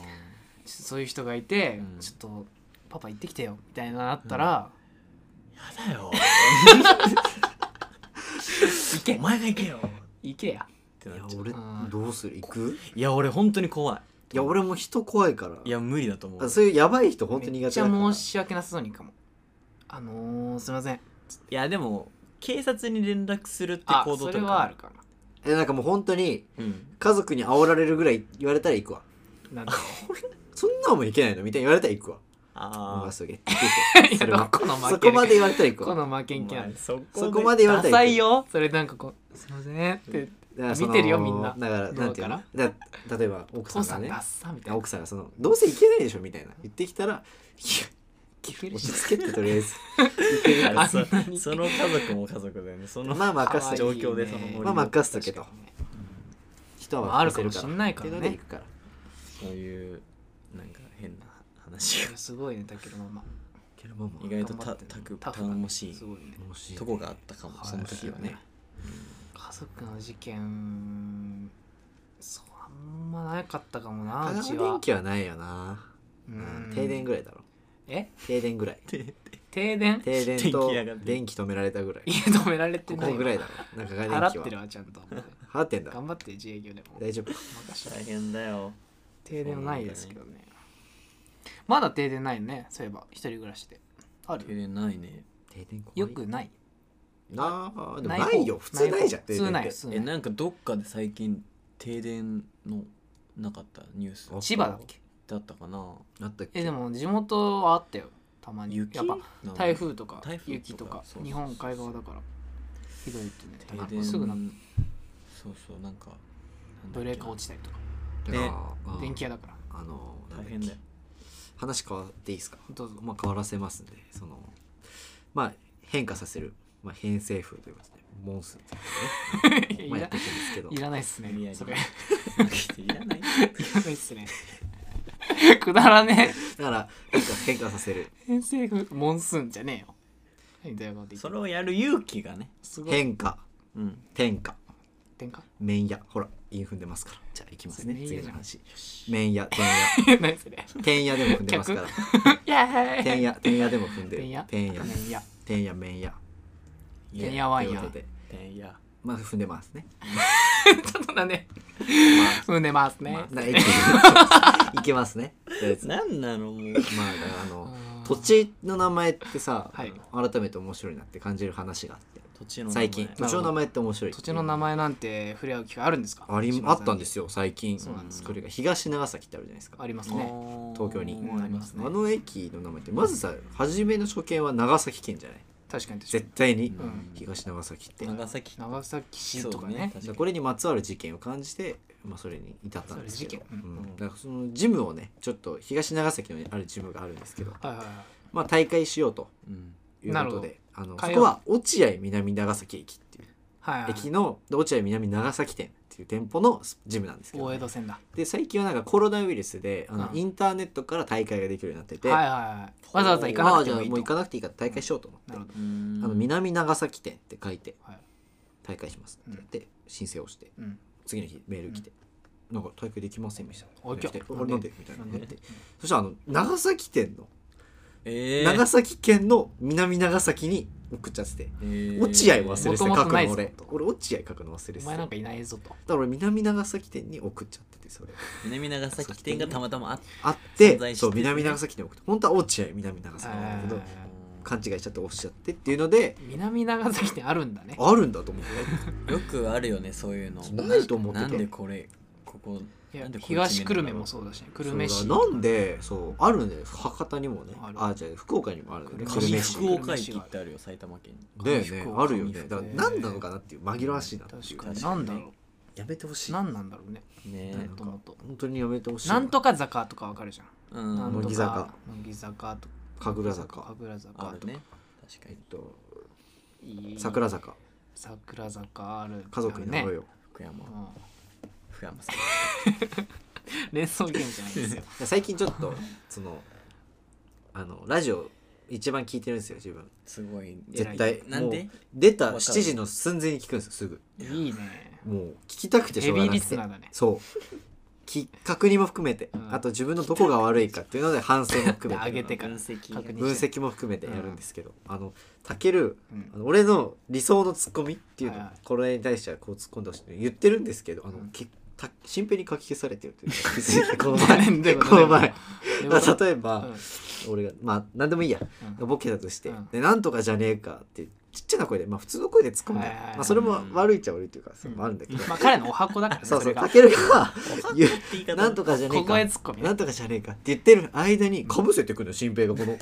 ー
ちょっとそういう人がいて、
うん
ちょっとパパ行ってきてよみたいなのあったら、
やだよ行けお前が行けよっ
行けや
て
い
な
や
っちゃう
俺
うん
どうする行く
いや俺本当に怖い
いや俺も人怖いから
いや無理だと思う
あそういうやばい人本当に
め
苦
っ
手
ち
だから
ゃ申し訳なさそうにかもあのー、すいません
いやでも警察に連絡するって
あ
行動
そ
と
れ
か
はあるか
えなんかもう本当に
うん
家族に煽られるぐらい言われたら行くわ
ななんで
そんなんもいけないのみたいに言われたら行くわ
あ
逃
あ
すげ行くわ
いや
それは
どこの負け
そこまで言われたら行く
こ
わ
の負けんけな
まあそこで
そこまで言われたら行
ダ
く
サいよそれなんかこう「すいません」って
だからその
見てるよみんな
だからなんていうのだ例えば
「
奥さ
父
ん
さ
が
ん
ね
ダッサ」みたいな
奥さんがその「どうせ行けないでしょ」みたいな言ってきたら「いや
切れる
落
し
ち着け」ってとりあえ ず
だ からそ
あんなに
その家族も家族だよねその
まあ任
可愛
せ
い
と
状
け
況でその森
まあ任せとけと
確かにね
人
まあ
は
あるかもしんないからね
ってうので行くから
そういうなんか変な話
い
が
やすごいねだけどママ
けどまあまあ
意外と
頑張
た
って
たく
タフ
頼
だね
もし
す
い
ごいね
もし
とこがあったかも
はい
その時はね
家族の事件そうあんまなかったかもな
香
うち
川
は
電気はないよな
うん
停電ぐらいだろ
え
停電ぐ らい
停電
停電と
電気屋がね
電気止められたぐらい
家止められて
こ
ない
こ
わ
ぐらいだろ中川電気は
払ってるわちゃんと
払ってんだ
頑張って自営業でも
大丈夫
任せて
大変だよ
停電はないですけどねまだ停電ないねそういえば一人暮らしであ
停
る
電ないね
停電怖い
よくない
なあでも
ない方
ないよ普通ないじゃん
な
停電
い方普通ない
って
普通な
え
い
なんかどっかで最近停電のなかったニュース
あ
千葉だっけ
だったかな
あったっけ
えでも地元はあったよたまに
雪
やっぱ
なんか
台風とか
台風とか
雪とか
そう
日本海側だからひどいってねだから
停電
すぐな
そうそうなんか
ブレーカー落
ち
ちたりとか
だからうん
電気屋だから
あの
大変だよ
話変わっていいですか
どうぞ
まあ変わらせますんでそのまあ変化させる、まあ、偏西風ということでモンスーンっていうのをねまあ
い
や
や
っていくんですけど
いらないっすね
無理やり
それい
いらない
らないっすね くだらね
だから変化変化させる
え。偏西風、モンスーンじゃねえよ。はい、ということで
それをやる勇気がね
すごい。
変化
うん
天下
変化
麺屋ほらイン踏んでますからじゃあいきますね
麺屋
次
じ
の
ゃん
話麺屋天
何それ
屋天屋でも踏んでますから
イエー
天
イ
屋天屋でも踏んでる
天
天
や
屋
天や
天屋麺屋
天やワンや
ということで
いや
まあ踏んでますね
ちょっとだね踏んでますね
ないけますねとりあえず
なんなのもう
まあだからあの
あー
土地の名前ってさ、
はい
改めて面白いなって感じる話があって
土地の名前
最近土地の名前って面白い
土地の名前なんて触れ合う機会あるんですか
ありあったんですよ最近
そうなんですか
これが東長崎ってあるじゃないですか
ありますね
ね
東京に
うんありますね
あの駅の名前ってまずさ初めの初見は長崎県じゃない
確かに確かに
絶対に、
ん
東長崎って、
長崎
長崎市とかね
だからこれにまつわる事件を感じて、まあ、それに至ったんですけど
それ事件
うんだからそのジムをねちょっと東長崎のあるジムがあるんですけど、
はいはいは
まあ、大会しようと
うん
いう
な
こ
るほ
と
ど
であのそ
変え
こ
よう
は落合南長崎駅っていう
いはいは
駅
い
ので落合南長崎店っていう店舗のジムなんですけど
大
ね、
江戸線だ
で最近はなんかコロナウイルスであの、
うん
インターネットから大会ができるようになってて、
はいはいはいわざわざ行かなくても
ああじゃ
いい
あもう行
と
かなくていいから大会しようと思って、
なるほど
あの南長崎店って書いて
はい
大会しますって言って申請をして
うん
次の日メール来て、なんか大会できませんみたいな
あいや
来て
なんで
俺なんでみたいな
なんで
なってそしたらあの長崎店の、
え
長崎県の南長崎に送っちゃってて、落合忘れてた
もともと
書く
ない
の
ぞ
俺俺落合書くの忘れ
お
てた
前
だ
な
か
んかいないぞと
ら俺南長崎店に送っちゃってて それ
南長崎店がたまたまあっ
あっ
存在
て
して
そう
て
南長崎店に送って本当は落合南長崎なんだけど勘違いしちゃって押しちゃってっていうので
南長崎店あるんだね
あるんだと思って
よくあるよねそういうの
ないと思ってた
なんでこれここ
いや
なんでこっち
東久留米もそうだしね久留米市
そうだなんでそうあるんだよ博多にもね
ある
あじゃあ福岡にもあるんだよね
久
久
留
留
米
米
市
市
福岡駅ってあるよ埼玉県に
だよね
福岡
あるよね
福
だ
岡
から何なのかなっていう紛らわしいなってい
確
う
かになんだろ
やめてほし
う
い
なんなんだろうね
ね
なん
と
か
もと
本当にやめてほしい
なんとか坂とかわかるじゃん
う
なんと
ん
乃木坂
乃木坂とか
神楽坂
神楽坂
あ
と
る
か
ね確か
えっ
に
と
いい
桜坂
桜坂ある
家族になろうよ
福山
うん
福山さん
連想ゲームじゃないですよ
最近ちょっと そのあのラジオ一番聞いてるんですよ自分
すごい
絶対
なん
も
で
う出た
わかる
7時の寸前に聞くんですよすぐ
いいね
もう聞きたくてしょうがな
ヘビーリ
く
ス
て
ナーだね
そうき確認も含めて、
うん
あと自分のどこが悪いかっていうので反省も含め
上げ
て
てから
分析
確認
分析も含めてやるんですけど、あのたける
うん
あの俺の理想のツッコミっていうのを、
はいはい
これに対してはこう突っ込んでほしいって言ってるんですけどあの、
うん
きた新編に書き消されてるというか気づ いてこの
どうい
前
うこと
この前
どういう
だか
こと
ら例えば、
うん
俺がまあ何でもいいや、
うん
ボケたとして、
うん
でなんとかじゃねえかってちっちゃな声で、まあ、普通の声で突っ込むんだよ、
はいはいはい
まあ、それも悪いっちゃ悪いというか、それもあるんだけど、
まあ彼のお箱だからね
そう
そ
そ
れ
う
が
たける が言う
言い方
なんとかじゃねえ
小声
か
ツッコミ
な
ね
んとかじゃねえかって言ってる間にかぶせてくるの新平がこの「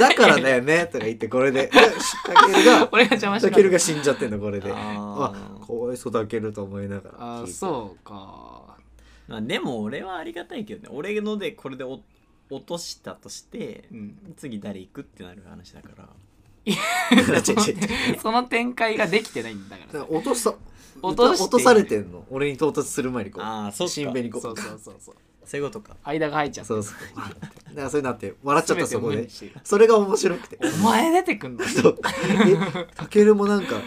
だからだよね」とか言ってこれででたけるが
俺が邪魔し
タ
た
ケルが死んじゃってんのこれで
あー
あかわいそうタケルと思いながら聞
あ
い
ー
て
そうか
まあでも俺はありがたいけどね俺のでこれでお落としたとして、
うん
次誰行くってなる話だから
違う 違う違う
その展開ができてないんだか
だからら落とさ
落として
落とされてんの俺に到達する前にこ
あーそっ
う
か
新兵にこう
そうそうそうそう
そういうことか
間が入っちゃって
そうそうだからそういうのあって笑っちゃったそこ
全てを無
で
にして
それが面白くて
お前出てくんの
そうえタケルもなんか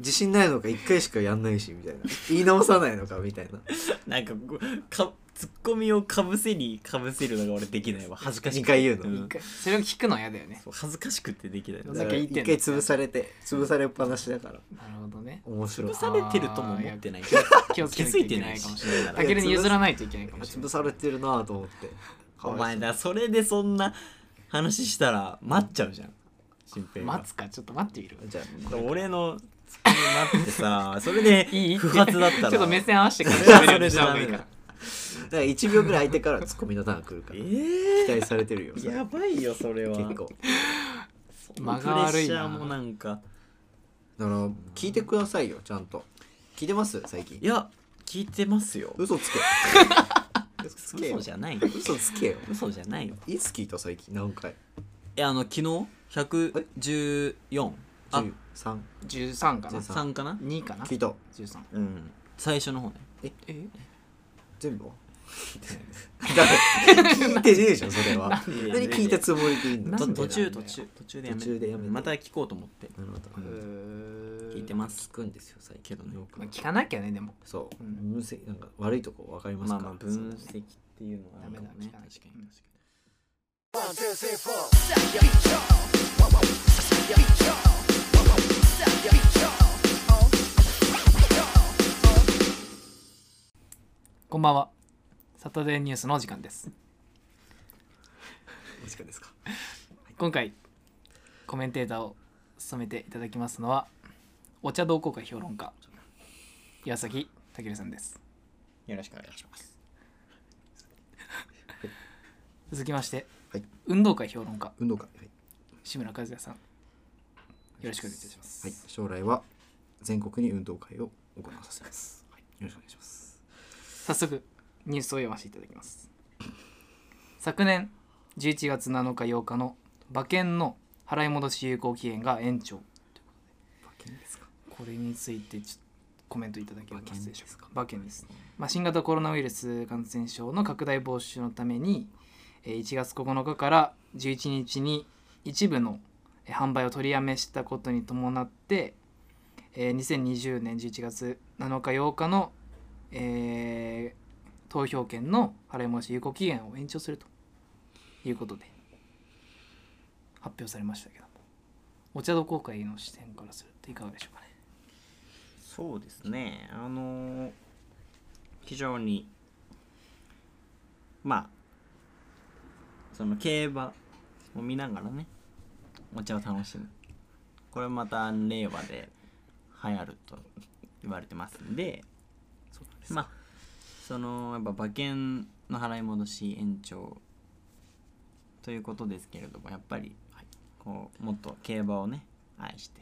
自信ないのか一回しかやんないしみたいな言い直さないのかみたいな
なんかこうかツッコミをかぶせにかぶせるのが俺できないわ恥ずかしく
二回言うの
ん
一回それを聞くのは嫌だよね
そう恥ずかしくてできない
どん
だ
だ
から
け言っ
一
て
回
んの
潰されて潰されっぱなしだから
なるほどね
面白い
潰されてるとも思ってない
気をつ
気
けなきゃ
づい
い
て
け
な
ない
い
か
か
も
も
し
し
れない
れない
タケルに譲らないといけないかもしれな
潰
い
されてるなぁと思って
お前だそれでそんな話したら待っちゃうじゃん新平が
待つかちょっと待ってみる
じゃあ
俺のツッコミ待ってさ それで
いい
不発だったら
ちょっと目線合わせてから
それは
喋るようにし
そ
た方
れ
がいい
でダメ
か
だ
だから1秒ぐらい相手からツッコミのターン来るか
え
ら期
ー
待されてるよそれ
やばいよそれは
結構
間
間
が
が
悪いな
悪プレッシャーもなんか
だから聞いてくださいよちゃんと聞いてます最近
いや聞いてますよ
嘘つけ嘘つけよ
嘘じゃない
嘘つけよ
嘘じゃないよ
いつ聞いた最近何回
えあの昨日114あ
13
13かな
13
3かな
2かな
聞いた
13
うん最初の方ね
え
全部聞いてねえでしょそれは
何
何聞いたつもりでいいんだ
なんで
途中途中途中でやめ
途中でやめて
また聞こうと思って
なるほど
聞
聞いてます
聞くんですよ最近
けどね
よく
まあ、聞かなきゃねでも
そう
うん
分析なんか悪いとこ分かります
ま
か
あまあ分析っていうのはあるかも
ダメ
ね
だ
確かに
聞
確
か
か
な
に
いこんばんはサタデーニュースのお時間です
お時間ですか
今回コメンテーターを務めていただきますのはお茶同好会評論家岩崎武さんです
よろしくお願いします
続きまして、
はい
運動会評論家
運動会はい
志村和也さんよろしくお願いいたします、
はい、将来は全国に運動会を行わさせます。はい、よろしくお願いします。
早速ニュースを読ませていただきます昨年11月7日8日の馬券の払い戻し有効期限が延長
馬券ですか。
これについてちょっとコメントいただけますでしょうか馬券です
ね。
まあ、新型コロナウイルス感染症の拡大防止のためにえー1月9日から11日に一部のえー販売を取りやめしたことに伴ってえー2020年11月7日8日のえー投票権の払い戻し有効期限を延長するということで発表されましたけどもお茶同好会の視点からするといかがでしょうかね。
そうですねあのー非常にまあその競馬を見ながらねお茶を楽しむこれまた令和で流行ると言われてますんで
そうなんで
まあそのやっぱ馬券の払い戻し延長ということですけれどもやっぱり、こうもっと競馬をね愛して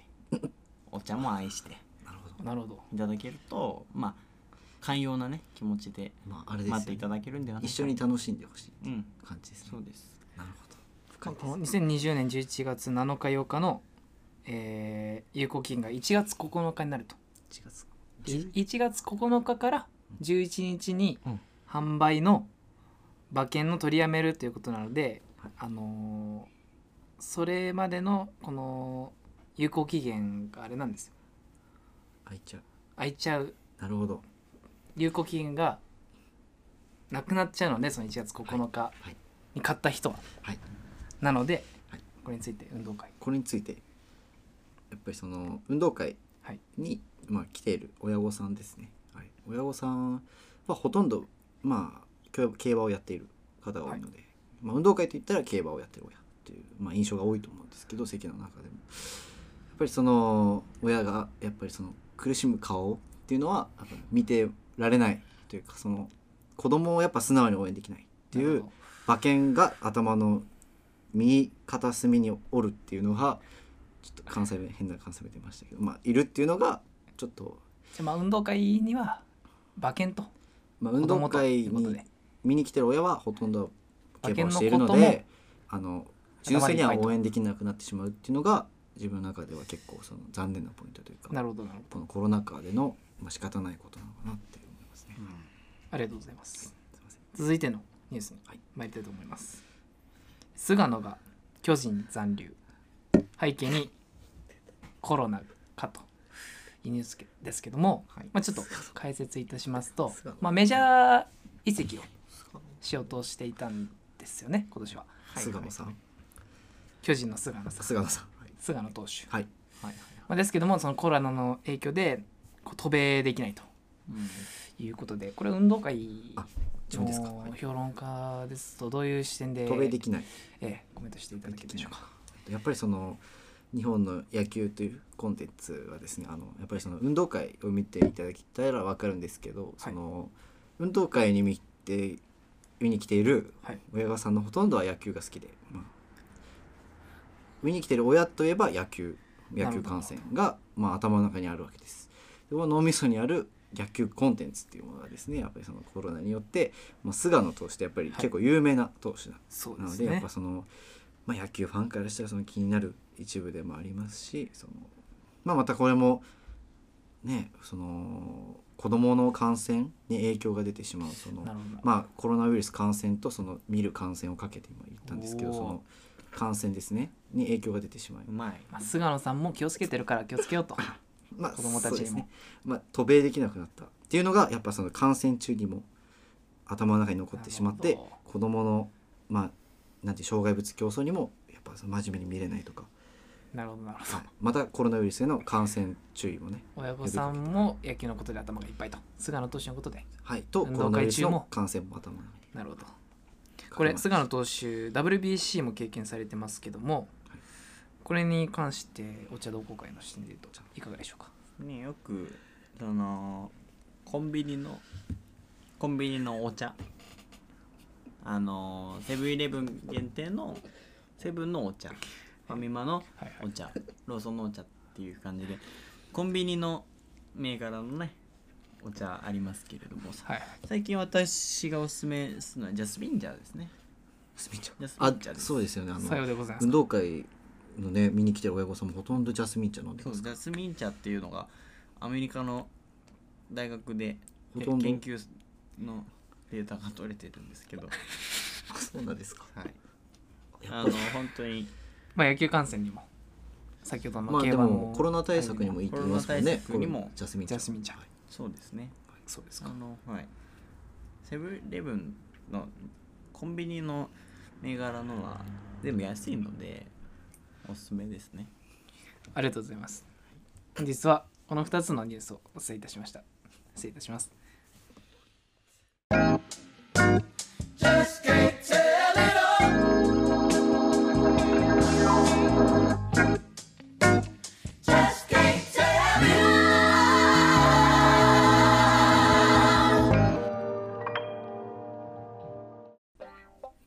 お茶も愛して
なるほど。
なるほど
いただけるとまあ寛容なね気持ちで
まああれですよ、
待っていただけるんではない
一
か
緒に楽しんでほしい
うん
感じですね。
そうです
なるほど。深いです
この2020年11月7日8日の、えー有効期限が1月9日になると
1月。
い1月9日から11日に
うん
販売の馬券の取りやめるということなので、
はい
あのーそれまでのこの有効期限があれなんですよ
あいちゃう。
空いちゃう
なるほど。
有効期限がなくなっちゃうのでその1月9日
はい
に買った人は、
はい
なので、
はい
これについて運動会
これについてやっぱりその運動会
はい
に、まあ来ている親御さんですね。はい、親御さんはほとんどまあ競競馬をやっている方が多いので、まあ運動会といったら競馬をやってる親っていうまあ印象が多いと思うんですけど席の中でもやっぱりその親がやっぱりその苦しむ顔っていうのはやっぱ見てられないというかその子供をやっぱ素直に応援できないって
ないる
う
ほど
馬券が頭の右片隅におるっていうのがちょっと関西弁変な関西弁出ましたけどまあいるっていうのがちょっと、
じゃあまあ運動会には馬券と
まあ、
子
運動
供と
会
いうこと
に
で
見に来てる親はほとんど競馬をしているの
馬券のこと
であの純粋には応援できなくなってしまうっていうのが自分の中では結構その残念なポイントという
な
か
るほどなるほ
このコロナ禍での、まあ、仕方ないことなのかなって思いますね。
ど、ありがとうございます
すいません
続いてのニュースに参りたいと思います、菅野が巨人残留背景にコロナかというニュースですけども、
はい
まあ、ちょっと解説いたしますと
菅野、
まあ、メジャー移籍をしようとしていたんですよね今年は
菅野さん、
巨人の菅野さん
菅野さん、はい、
菅野投手、
はい、
はいはい
まあ、ですけどもそのコロナの影響でこう渡米できないと
うん
いうことでこれ運動会
あ自分ですか、は
の
い、
評論家ですとどういう視点で
渡米できない
ええコメントしていただけるでしょうか。
やっぱりその日本の野球というコンテンツはですねあのやっぱりその運動会を見ていただきたいら分かるんですけど、その運動会に見て見に来ている
はい
親御さんのほとんどは野球が好きで、まあ見に来ている親といえば野球野球観戦が、まあ、頭の中にあるわけです。でこの脳みそにある野球コンテンツっていうものはですねやっぱりそのコロナによって、まあ、菅野投手ってやっぱり結構有名な投手なんです
そう
な
で
の
す
でやっ
ね
ぱ。その、まあ、野球ファンからしたらその気になる一部でもありますしその、まあ、またこれもねその子どもの感染に影響が出てしまうその
なるほど
まあ、コロナウイルス感染とその見る感染をかけて今言ったんですけ
お
ど
ー
その感染ですねに影響が出てしまう
う、まい
まあ、菅野さんも気をつけてるから気をつけよ うと
まあ、
子供た
そうで
ちに
す
も
ね、まあ、渡米できなくなったっていうのがやっぱその感染中にも頭の中に残ってしまっ
なる
て
ほど
子どもの、まあ、なんて障害物競争にもやっぱその真面目に見れないとか、
なるほどなるほど
はいまたコロナウイルスへの感染注意もね、
親御さんも野球のことで頭がいっぱいと菅野投手のことで
はい、とコ
運動
ロ
会
ナウイルス
中も
の感染も頭の中に
なるほど
か
こ
け
れ
ます
菅野投手 WBC も経験されてますけども、
はい
これに関してお茶同好会の視点で言うといかがでしょうか
ねよくそのコンビニのコンビニのお茶あのセブンイレブン限定のセブンのお茶ファミマの
はいは
お茶ローソンのお茶っていう感じでコンビニの銘柄のねお茶ありますけれどもさ
はい
最近私がおすすめするのはジャスミン茶ですね
スミち
ジャス
ゃ
ミ
ん
ン茶
あ
です
そうですよねあ
さよう
の
でございます
運動会のね見に来てる親御さんもほとんどジャスミン茶飲んで
そう
ま
ジ
す
ャスミン茶っていうのがアメリカの大学で
ほ
け
とんど
研究のデータが取れてるんです けど、
あそうなんですか
はい、
や
あ
っ
の
ぱ
本当に
まあ野球観戦にも先ほど
ま
の
あ
競
で
馬の、
もコロナ対策にもいいって言いますもんね
コロナ対策にも
ジャスミン
ジ
茶
ャスミン茶
そうですね
そうです
あ
か
のはいセブンイレブンのコンビニの銘柄のは全部安いのでおすすめですね
ありがとうございます本日はこの2つのニュースをお伝えいたしました失礼いたします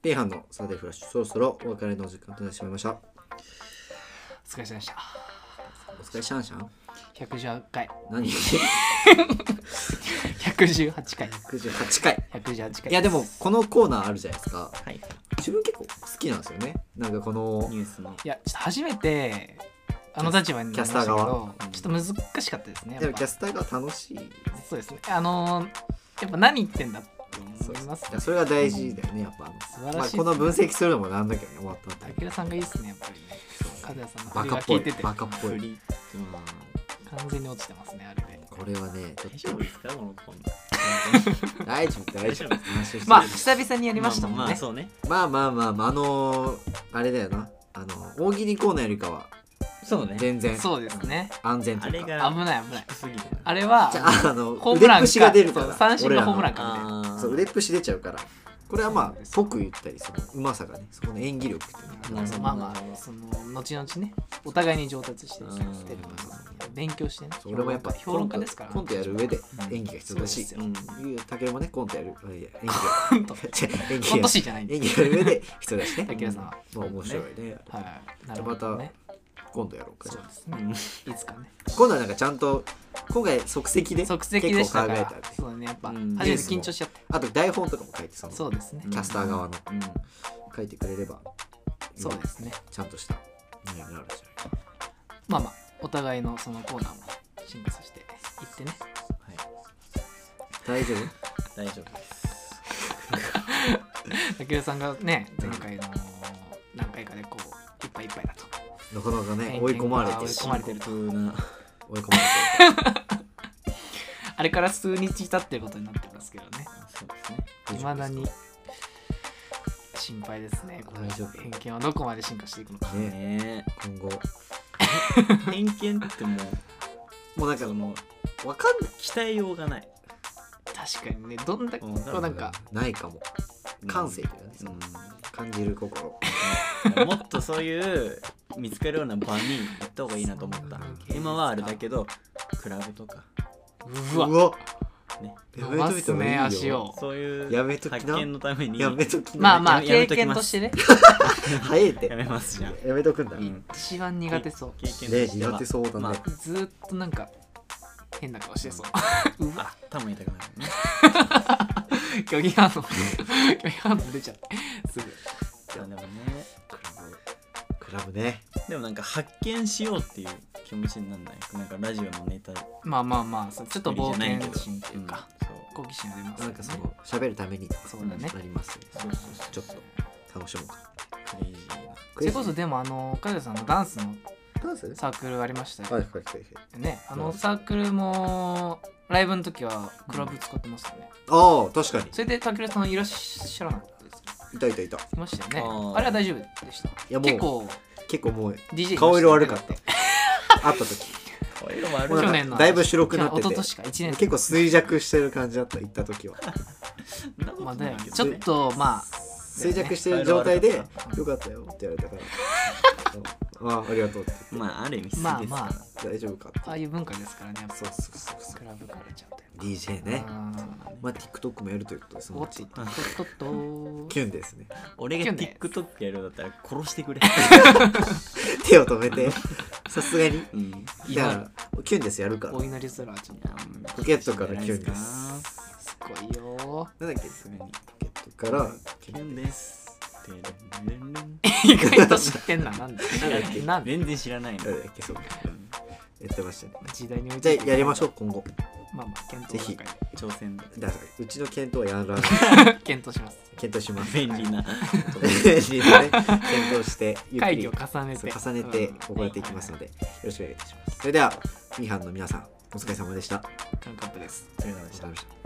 ペイハンのサーデーフラッシュそろそろお別れの時間となってしまいました
お疲れ様でした
お疲れシャンシャン
118回
何
118回
?98 回
118回
いやでもこのコーナーあるじゃないですか
はい
自分結構好きなんですよねなんかこの
ニュースの
いやちょっと初めてあの立場になりました
キャス
け
ター
ど
側
ちょっと難しかったですね
で
やっ
もキャ
ぱ
スターが楽しい
そうですねあのーやっぱ何言ってんだって思います
いやそれが大事だよねやっぱあの
素
ま
晴ら
あ
しいですね
この分析するのもなんだけどね終わった後に
武田さんがいいですねやっぱりね和也さんの
バ
振り
カ
が
っぽ
効い
い
てて
バカっぽ
フ
い
リーまあ
完全に落ちてますねあれで
これはねちょ
大
っ
丈夫ですかこのコン
と大丈夫大丈夫話をしてる
まあ久々にやり
ビ
ましたもんね、
まあまあそうね
まあまあまあまああのーあれだよなあの大喜利コーナーよりかは
そうね
全然
そうですね
安全と
あ
いう
れ
か
危
が
ない危ない
低すぎる
あれは
じゃああの
ホームラ
腕っ
ンか
ぷしが出るから
そう三振
俺
から
の
ホームランかみたいな
あー
そう腕っぷし出ちゃうからこれはま
そうです
あぽく言ったりそのうまさがねそこの演技力っていうのが
なるほど
まあまあその後々ねお互いに上達して
うん
してる勉強してね
それもやっぱ
評論家ですから
コントやる上で
うん
演技が必要だし
そう
うん
たけるもねコントやるあいや演技
コント
が演
コン
技
ト
が
師じゃないんで
演技やる上で必要だしね
武田さんは
まあ面白いね
はいな
じゃ
る
あ
ほ
ま
ど
た
ね
今度やろうかじゃ
そう
あ
ですね
うん
いつかね
今度はなんかちゃんと今回即席で結
即席でし
構
た
考
か
え
ら
たんで
そうねやっぱ
う
初
ん
めて緊張しちゃって
あと台本とかも書いてその
そうですね
ん
キャスター側の
うん
書いてくれれば
そうですね
ちゃんとした内容になるんじゃないか
まあまあお互いのそのコーナーも進化させていってね
はい
大丈夫
大丈夫です
武田さんがね前回の何回かでこういっぱいいっぱいだと
なかなかね
偏見
追い込まれて
が追
る
い
し
込
追
ま
い
れてると
普通な
込まれてる
あれから数日経ってることになってますけどね
そうですね
大丈夫です
い
か
まだに心配ですねこの
大丈夫
偏見はどこまで進化していくのか
ね
ね
今後
え偏見っても
もうな
うん
か
その
わかんない
期待ようがない
確かにねどんだけ
うん
こうなんか
ないかも感性というかね
うん
感じる心
うんもっとそういう見つかるような場に行った方がいいなと思った
うん
今はあれだけどクラブとか
うわ
ね
や
伸
め
ば
といた
す
方がいい
ね
よ
足を
そういう
やめときな
発見のために
やめとき
まあまあ
やめ
経
とき
験
ます
としてね
早えて
やめますじゃん
やめとくんだ
う
ね
ん
一番苦手そう
経験
ね
としては
苦手そうだ
ま
ね
あ
ずーっとなんか変な顔してそう うわ
頭痛くなるね
虚偽反 応虚偽反応出ちゃってすぐ
いやでもね
クラブね
でもなんか発見しようっていう気持ちになんないなんかラジオのネタ
まあまあまあそうちょっと冒険心っていうか、
そう
好奇心が出ます
な
よ
ん
ね
かその喋るために
そうだね
なりますね
そうそうそう
ちょっと楽しもうか
クレイジーな
それこそでもあの岡田さんのダンスの
ダンス
サークルありましたよ
はいはいはいはい
ねあ
う
の
ん
サークルもライブの時はクラブ使ってますよね、
ああ確かに
それで武尊さんいらっしゃらなかったですか
いたいたいた
いましたよね
あー
あれは大丈夫でした
やもう
結構
結構もう
DJ
顔色悪かった会った時
顔色悪
もうな
い
んか
去年の
だいぶ白くなってて
一昨年か1年
結構衰弱してる感じだった行った時 は
そんなこと
まあ
な
だ
い
よ
け
ね
ど
ちょっとま
衰弱してる状態で「
顔
よかったよ」って言われたから「 ああありがとう」って言っ
まあある意味好きです
ま
か
あ
ら、
まあ
て大丈夫か」
ああ
って
いう文化ですからねやっぱ
そうそうそうそう
クラブカルチャーというか
DJ ね
うん
まあ TikTok もやるということです
お
も
っ
ち
とっとっとっと
キュンですね
俺が
去年
TikTok やるんだったら殺してくれ、
手を止め てさすがに
うん、い
いやキュンですやるから
お祈りすらちょっと
やもう
ポケットからキュンです
すごいよ
なんだっけ
すごい
ポケットから
キュンですてれんれんれん
意外と知ってんななんでなんで
全然知らないの
誰だっけそうかうんやってましたね
時代に追いつ
じゃ
いて
あやりましょう今後
まあまあ検討段階
挑戦で
だからうちの検討はやらない
で 検討します
検討します
便利な
自由にね検討してゆっく
会議
り
を重ね
そう
て
重ねて
うん
行っていきますのでよろしくお願いいたしますそれではミーハンの皆さんお疲れ様でしたあり
カンカップです
がとうございました